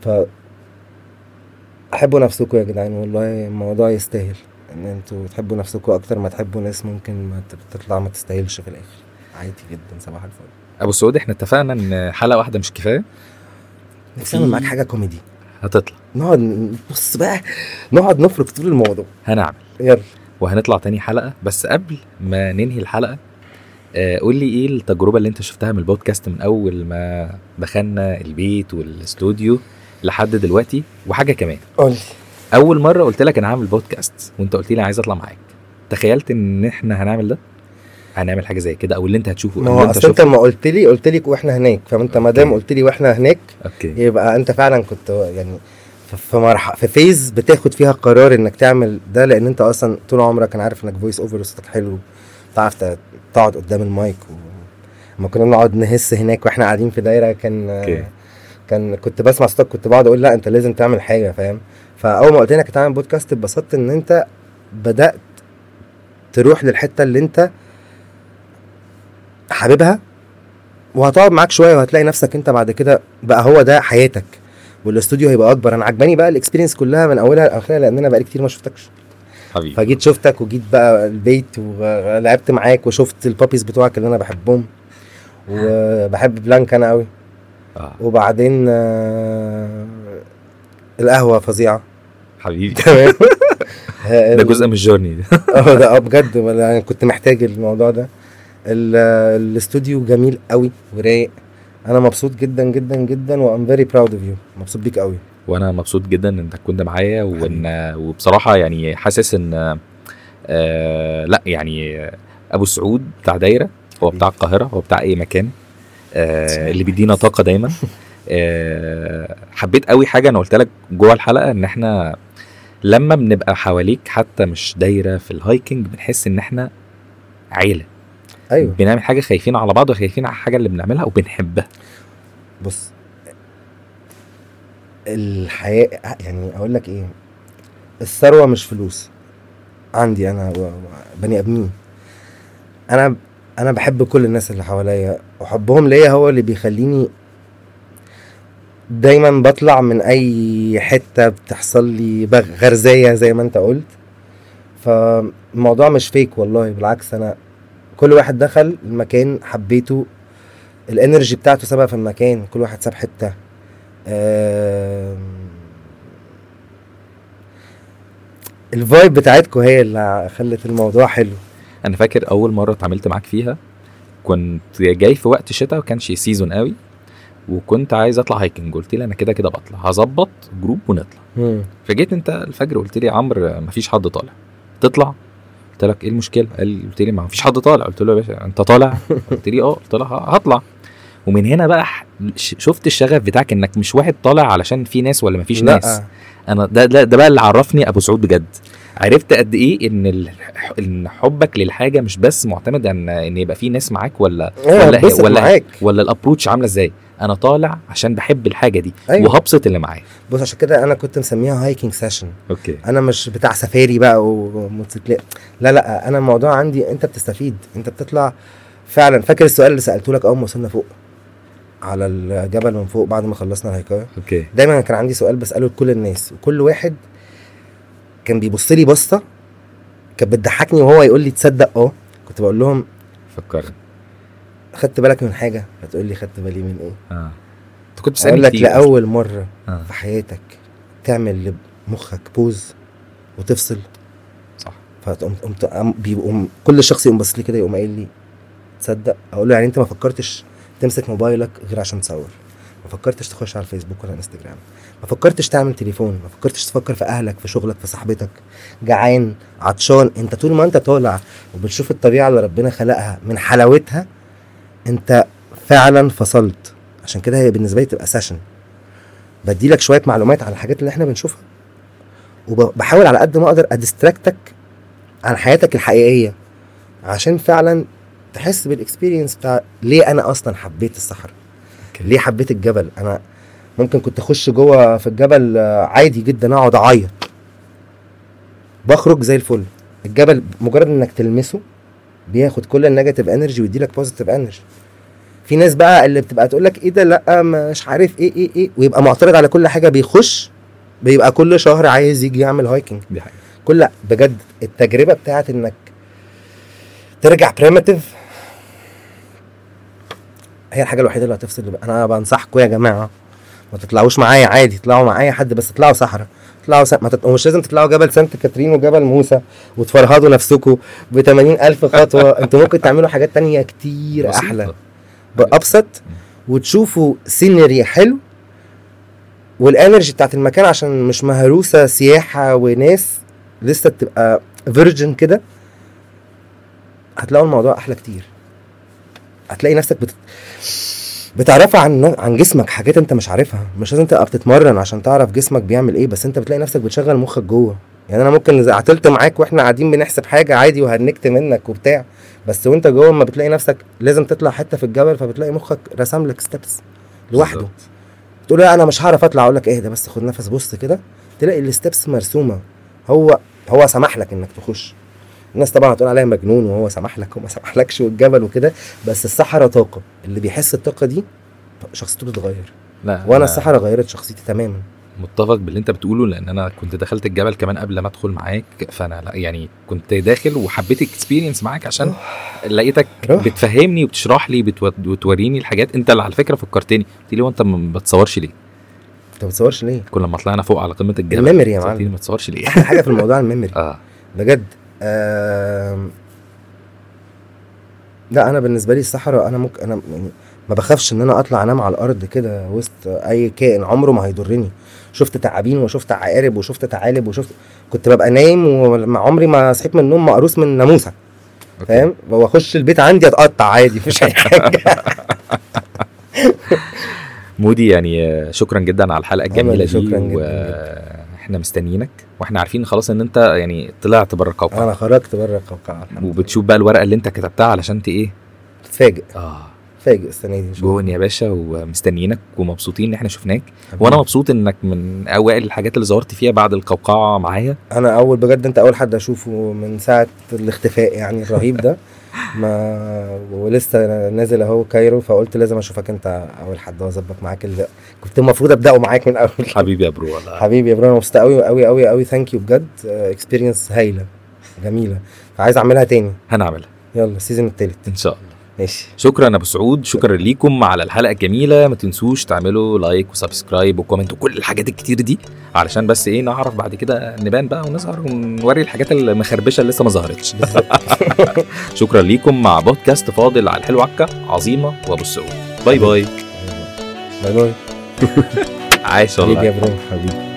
Speaker 2: ف حبوا نفسكم يا جدعان والله الموضوع يستاهل ان انتوا تحبوا نفسكم اكتر ما تحبوا ناس ممكن ما ت- تطلع ما تستاهلش في الاخر عادي جدا صباح الفل
Speaker 1: ابو سعود احنا اتفقنا ان حلقه واحده مش كفايه
Speaker 2: نفسي اعمل معاك حاجه كوميدي
Speaker 1: هتطلع
Speaker 2: نقعد ن- بص بقى نقعد نفرك طول الموضوع
Speaker 1: هنعمل
Speaker 2: يلا
Speaker 1: وهنطلع تاني حلقه بس قبل ما ننهي الحلقه آه، قول لي ايه التجربه اللي انت شفتها من البودكاست من اول ما دخلنا البيت والاستوديو لحد دلوقتي وحاجه كمان
Speaker 2: قول
Speaker 1: اول مره قلت لك انا هعمل بودكاست وانت قلت لي عايز اطلع معاك تخيلت ان احنا هنعمل ده هنعمل حاجه زي كده او اللي انت هتشوفه
Speaker 2: ما
Speaker 1: أو
Speaker 2: هو
Speaker 1: اللي انت
Speaker 2: اصل انت
Speaker 1: شفته.
Speaker 2: لما قلت لي قلت لي واحنا هناك فانت ما دام قلت لي واحنا هناك
Speaker 1: اوكي
Speaker 2: يبقى انت فعلا كنت يعني ف- في مرحله في فيز بتاخد فيها قرار انك تعمل ده لان انت اصلا طول عمرك انا عارف انك فويس اوفر وصوتك حلو بتعرف ت- تقعد قدام المايك و... لما كنا بنقعد نهس هناك واحنا قاعدين في دايره كان
Speaker 1: أوكي.
Speaker 2: كان كنت بسمع صوتك كنت بقعد اقول لا انت لازم تعمل حاجه فاهم فاول ما قلت لك تعمل بودكاست اتبسطت ان انت بدات تروح للحته اللي انت حاببها وهتقعد معاك شويه وهتلاقي نفسك انت بعد كده بقى هو ده حياتك والاستوديو هيبقى اكبر انا عجباني بقى الاكسبيرينس كلها من اولها لاخرها لان انا بقالي كتير ما شفتكش
Speaker 1: حبيبي
Speaker 2: فجيت شفتك وجيت بقى البيت ولعبت معاك وشفت البابيز بتوعك اللي انا بحبهم وبحب بلانك انا قوي
Speaker 1: آه.
Speaker 2: وبعدين آه، القهوه فظيعه
Speaker 1: حبيبي
Speaker 2: تمام آه،
Speaker 1: ده جزء من الجورني ده
Speaker 2: اه ده اه بجد ولا انا كنت محتاج الموضوع ده ال- الاستوديو جميل قوي ورايق انا مبسوط جدا جدا جدا وام فيري براود اوف يو مبسوط بيك قوي
Speaker 1: وانا مبسوط جدا ان انت كنت معايا وان وبصراحه يعني حاسس ان آه لا يعني آه، ابو سعود بتاع دايره هو بتاع القاهره هو بتاع اي مكان آه اللي بيدينا طاقه دايما آه حبيت قوي حاجه انا قلت لك جوه الحلقه ان احنا لما بنبقى حواليك حتى مش دايره في الهايكنج بنحس ان احنا عيله
Speaker 2: ايوه
Speaker 1: بنعمل حاجه خايفين على بعض وخايفين على الحاجه اللي بنعملها وبنحبها
Speaker 2: بص الحياه يعني اقول لك ايه الثروه مش فلوس عندي انا و- و- بني ادمين انا انا بحب كل الناس اللي حواليا وحبهم ليا هو اللي بيخليني دايما بطلع من اي حته بتحصل لي بغ- غرزيه زي ما انت قلت فالموضوع مش فيك والله بالعكس انا كل واحد دخل المكان حبيته الانرجي بتاعته سابها في المكان كل واحد ساب حته آم، الفايب بتاعتكم هي اللي خلت الموضوع حلو
Speaker 1: انا فاكر اول مره اتعاملت معاك فيها كنت جاي في وقت شتاء وكانش سيزون قوي وكنت عايز اطلع هايكنج قلت لي انا كده كده بطلع هظبط جروب ونطلع فجيت انت الفجر قلت لي يا عمرو مفيش حد طالع تطلع قلت لك ايه المشكله قال قلت لي ما مفيش حد طالع قلت له يا باشا انت طالع قلت لي اه قلت لها هطلع ومن هنا بقى ح- ش- شفت الشغف بتاعك انك مش واحد طالع علشان في ناس ولا مفيش
Speaker 2: لا،
Speaker 1: ناس انا ده ده, ده بقى اللي عرفني ابو سعود بجد عرفت قد ايه ان الح- ان حبك للحاجه مش بس معتمد ان ان يبقى في ناس معاك ولا
Speaker 2: ايوه
Speaker 1: ولا-
Speaker 2: ولا
Speaker 1: ولا-
Speaker 2: ولا معاك
Speaker 1: ولا الابروتش عامله ازاي انا طالع عشان بحب الحاجه دي
Speaker 2: أيوة.
Speaker 1: وهبسط اللي معايا
Speaker 2: بص عشان كده انا كنت مسميها هايكنج سيشن
Speaker 1: اوكي
Speaker 2: انا مش بتاع سفاري بقى وموتوسيكلات لا لا انا الموضوع عندي انت بتستفيد انت بتطلع فعلا فاكر السؤال اللي سالته لك اول ما وصلنا فوق على الجبل من فوق بعد ما خلصنا الهيكايه
Speaker 1: اوكي
Speaker 2: دايما كان عندي سؤال بساله لكل الناس وكل واحد كان بيبص لي بصه كانت بتضحكني وهو يقول لي تصدق اه كنت بقول لهم
Speaker 1: فكرني
Speaker 2: خدت بالك من حاجه فتقول لي خدت بالي من ايه
Speaker 1: اه انت كنت
Speaker 2: اقول
Speaker 1: بتسالني
Speaker 2: لك
Speaker 1: كتير
Speaker 2: لاول مره
Speaker 1: آه.
Speaker 2: في حياتك تعمل لمخك بوز وتفصل
Speaker 1: صح
Speaker 2: فتقوم قمت قام- بيبقوا م- كل شخص يقوم باصص لي كده يقوم قايل لي تصدق اقول له يعني انت ما فكرتش تمسك موبايلك غير عشان تصور ما فكرتش تخش على الفيسبوك ولا انستجرام ما فكرتش تعمل تليفون ما فكرتش تفكر في اهلك في شغلك في صاحبتك جعان عطشان انت طول ما انت طالع وبتشوف الطبيعه اللي ربنا خلقها من حلاوتها انت فعلا فصلت عشان كده هي بالنسبه لي تبقى سيشن بديلك شويه معلومات على الحاجات اللي احنا بنشوفها وبحاول على قد ما اقدر ادستراكتك عن حياتك الحقيقيه عشان فعلا تحس بالاكسبيرينس بتاع ليه انا اصلا حبيت الصحراء
Speaker 1: أوكي.
Speaker 2: ليه حبيت الجبل انا ممكن كنت اخش جوه في الجبل آه، عادي جدا اقعد اعيط بخرج زي الفل الجبل مجرد انك تلمسه بياخد كل النيجاتيف انرجي ويديلك بوزيتيف انرجي في ناس بقى اللي بتبقى تقول لك ايه ده لا مش عارف ايه ايه ايه ويبقى معترض على كل حاجه بيخش بيبقى كل شهر عايز يجي يعمل هايكنج
Speaker 1: دي حقيقة
Speaker 2: كل لا بجد التجربه بتاعت انك ترجع بريمتيف هي الحاجه الوحيده اللي هتفصل بقى. انا بنصحكم يا جماعه ما تطلعوش معايا عادي اطلعوا مع اي حد بس اطلعوا صحراء اطلعوا س... ما تط... ومش لازم تطلعوا جبل سانت كاترين وجبل موسى وتفرهدوا نفسكم ب 80000 خطوه انتوا ممكن تعملوا حاجات تانية كتير
Speaker 1: بسيطة.
Speaker 2: احلى بابسط وتشوفوا سينري حلو والانرجي بتاعت المكان عشان مش مهروسه سياحه وناس لسه بتبقى فيرجن كده هتلاقوا الموضوع احلى كتير هتلاقي نفسك بت... بتعرفها عن عن جسمك حاجات انت مش عارفها مش لازم تبقى بتتمرن عشان تعرف جسمك بيعمل ايه بس انت بتلاقي نفسك بتشغل مخك جوه يعني انا ممكن اذا عطلت معاك واحنا قاعدين بنحسب حاجه عادي وهنكت منك وبتاع بس وانت جوه ما بتلاقي نفسك لازم تطلع حته في الجبل فبتلاقي مخك رسم لك ستبس لوحده
Speaker 1: بالظبط.
Speaker 2: تقول لا انا مش هعرف اطلع اقول لك اهدى بس خد نفس بص كده تلاقي الستبس مرسومه هو هو سمح لك انك تخش الناس طبعا هتقول عليا مجنون وهو سمح لك وما سمحلكش والجبل وكده بس الصحراء طاقه اللي بيحس الطاقه دي شخصيته بتتغير
Speaker 1: لا
Speaker 2: وانا الصحراء غيرت شخصيتي تماما
Speaker 1: متفق باللي انت بتقوله لان انا كنت دخلت الجبل كمان قبل ما ادخل معاك فانا لا يعني كنت داخل وحبيت اكسبيرينس معاك عشان لقيتك
Speaker 2: روح.
Speaker 1: بتفهمني وبتشرح لي بتو- وتوريني الحاجات انت اللي على فكره فكرتني قلت لي وانت ما بتصورش ليه
Speaker 2: انت ما بتصورش ليه؟
Speaker 1: كل ما طلعنا فوق على قمه الجبل
Speaker 2: الميموري يا
Speaker 1: قلت لي
Speaker 2: معلم
Speaker 1: ما بتصورش ليه
Speaker 2: احلى حاجه في الموضوع الميموري
Speaker 1: اه
Speaker 2: بجد آم، لا انا بالنسبه لي الصحراء انا ممكن انا يعني ما بخافش ان انا اطلع انام على الارض كده وسط اي كائن عمره ما هيضرني شفت تعابين وشفت عقارب وشفت ثعالب وشفت كنت ببقى نايم وعمري ما صحيت من النوم مقروس من ناموسه
Speaker 1: أوكي.
Speaker 2: فاهم واخش البيت عندي اتقطع عادي مفيش اي حاجه
Speaker 1: مودي يعني آه، شكرا جدا على الحلقه
Speaker 2: أنا
Speaker 1: الجميله
Speaker 2: اللي
Speaker 1: دي
Speaker 2: شكراً جداً
Speaker 1: واحنا مستنيينك واحنا عارفين خلاص ان انت يعني طلعت بره القوقعه
Speaker 2: انا خرجت بره القوقعه الحمد لله.
Speaker 1: وبتشوف بقى الورقه اللي انت كتبتها علشان ت- ايه
Speaker 2: تتفاجئ
Speaker 1: اه
Speaker 2: تتفاجئ السنه دي إن شاء الله.
Speaker 1: جون يا باشا ومستنيينك ومبسوطين ان احنا شفناك وانا مبسوط انك من اوائل الحاجات اللي ظهرت فيها بعد القوقعه معايا
Speaker 2: انا اول بجد انت اول حد اشوفه من ساعه الاختفاء يعني الرهيب ده ما ولسه نازل اهو كايرو فقلت لازم اشوفك انت اول حد واظبط معاك ال... كنت المفروض ابداه معاك من اول
Speaker 1: حبيبي يا برو والله
Speaker 2: حبيبي يا برونو مبسوط قوي قوي قوي قوي ثانك يو بجد Uh, اكسبيرينس هايله جميله فعايز اعملها تاني
Speaker 1: هنعملها
Speaker 2: يلا السيزون التالت
Speaker 1: ان شاء الله
Speaker 2: ماشي
Speaker 1: شكرا يا ابو سعود شكرا ليكم على الحلقه الجميله ما تنسوش تعملوا لايك وسبسكرايب وكومنت وكل الحاجات الكتير دي علشان بس ايه نعرف بعد كده نبان بقى ونظهر ونوري الحاجات المخربشه اللي لسه ما ظهرتش شكرا ليكم مع بودكاست فاضل على الحلو عكا عظيمه وابو سعود باي باي
Speaker 2: باي باي
Speaker 1: عايش والله
Speaker 2: حبيبي يا برونو حبيبي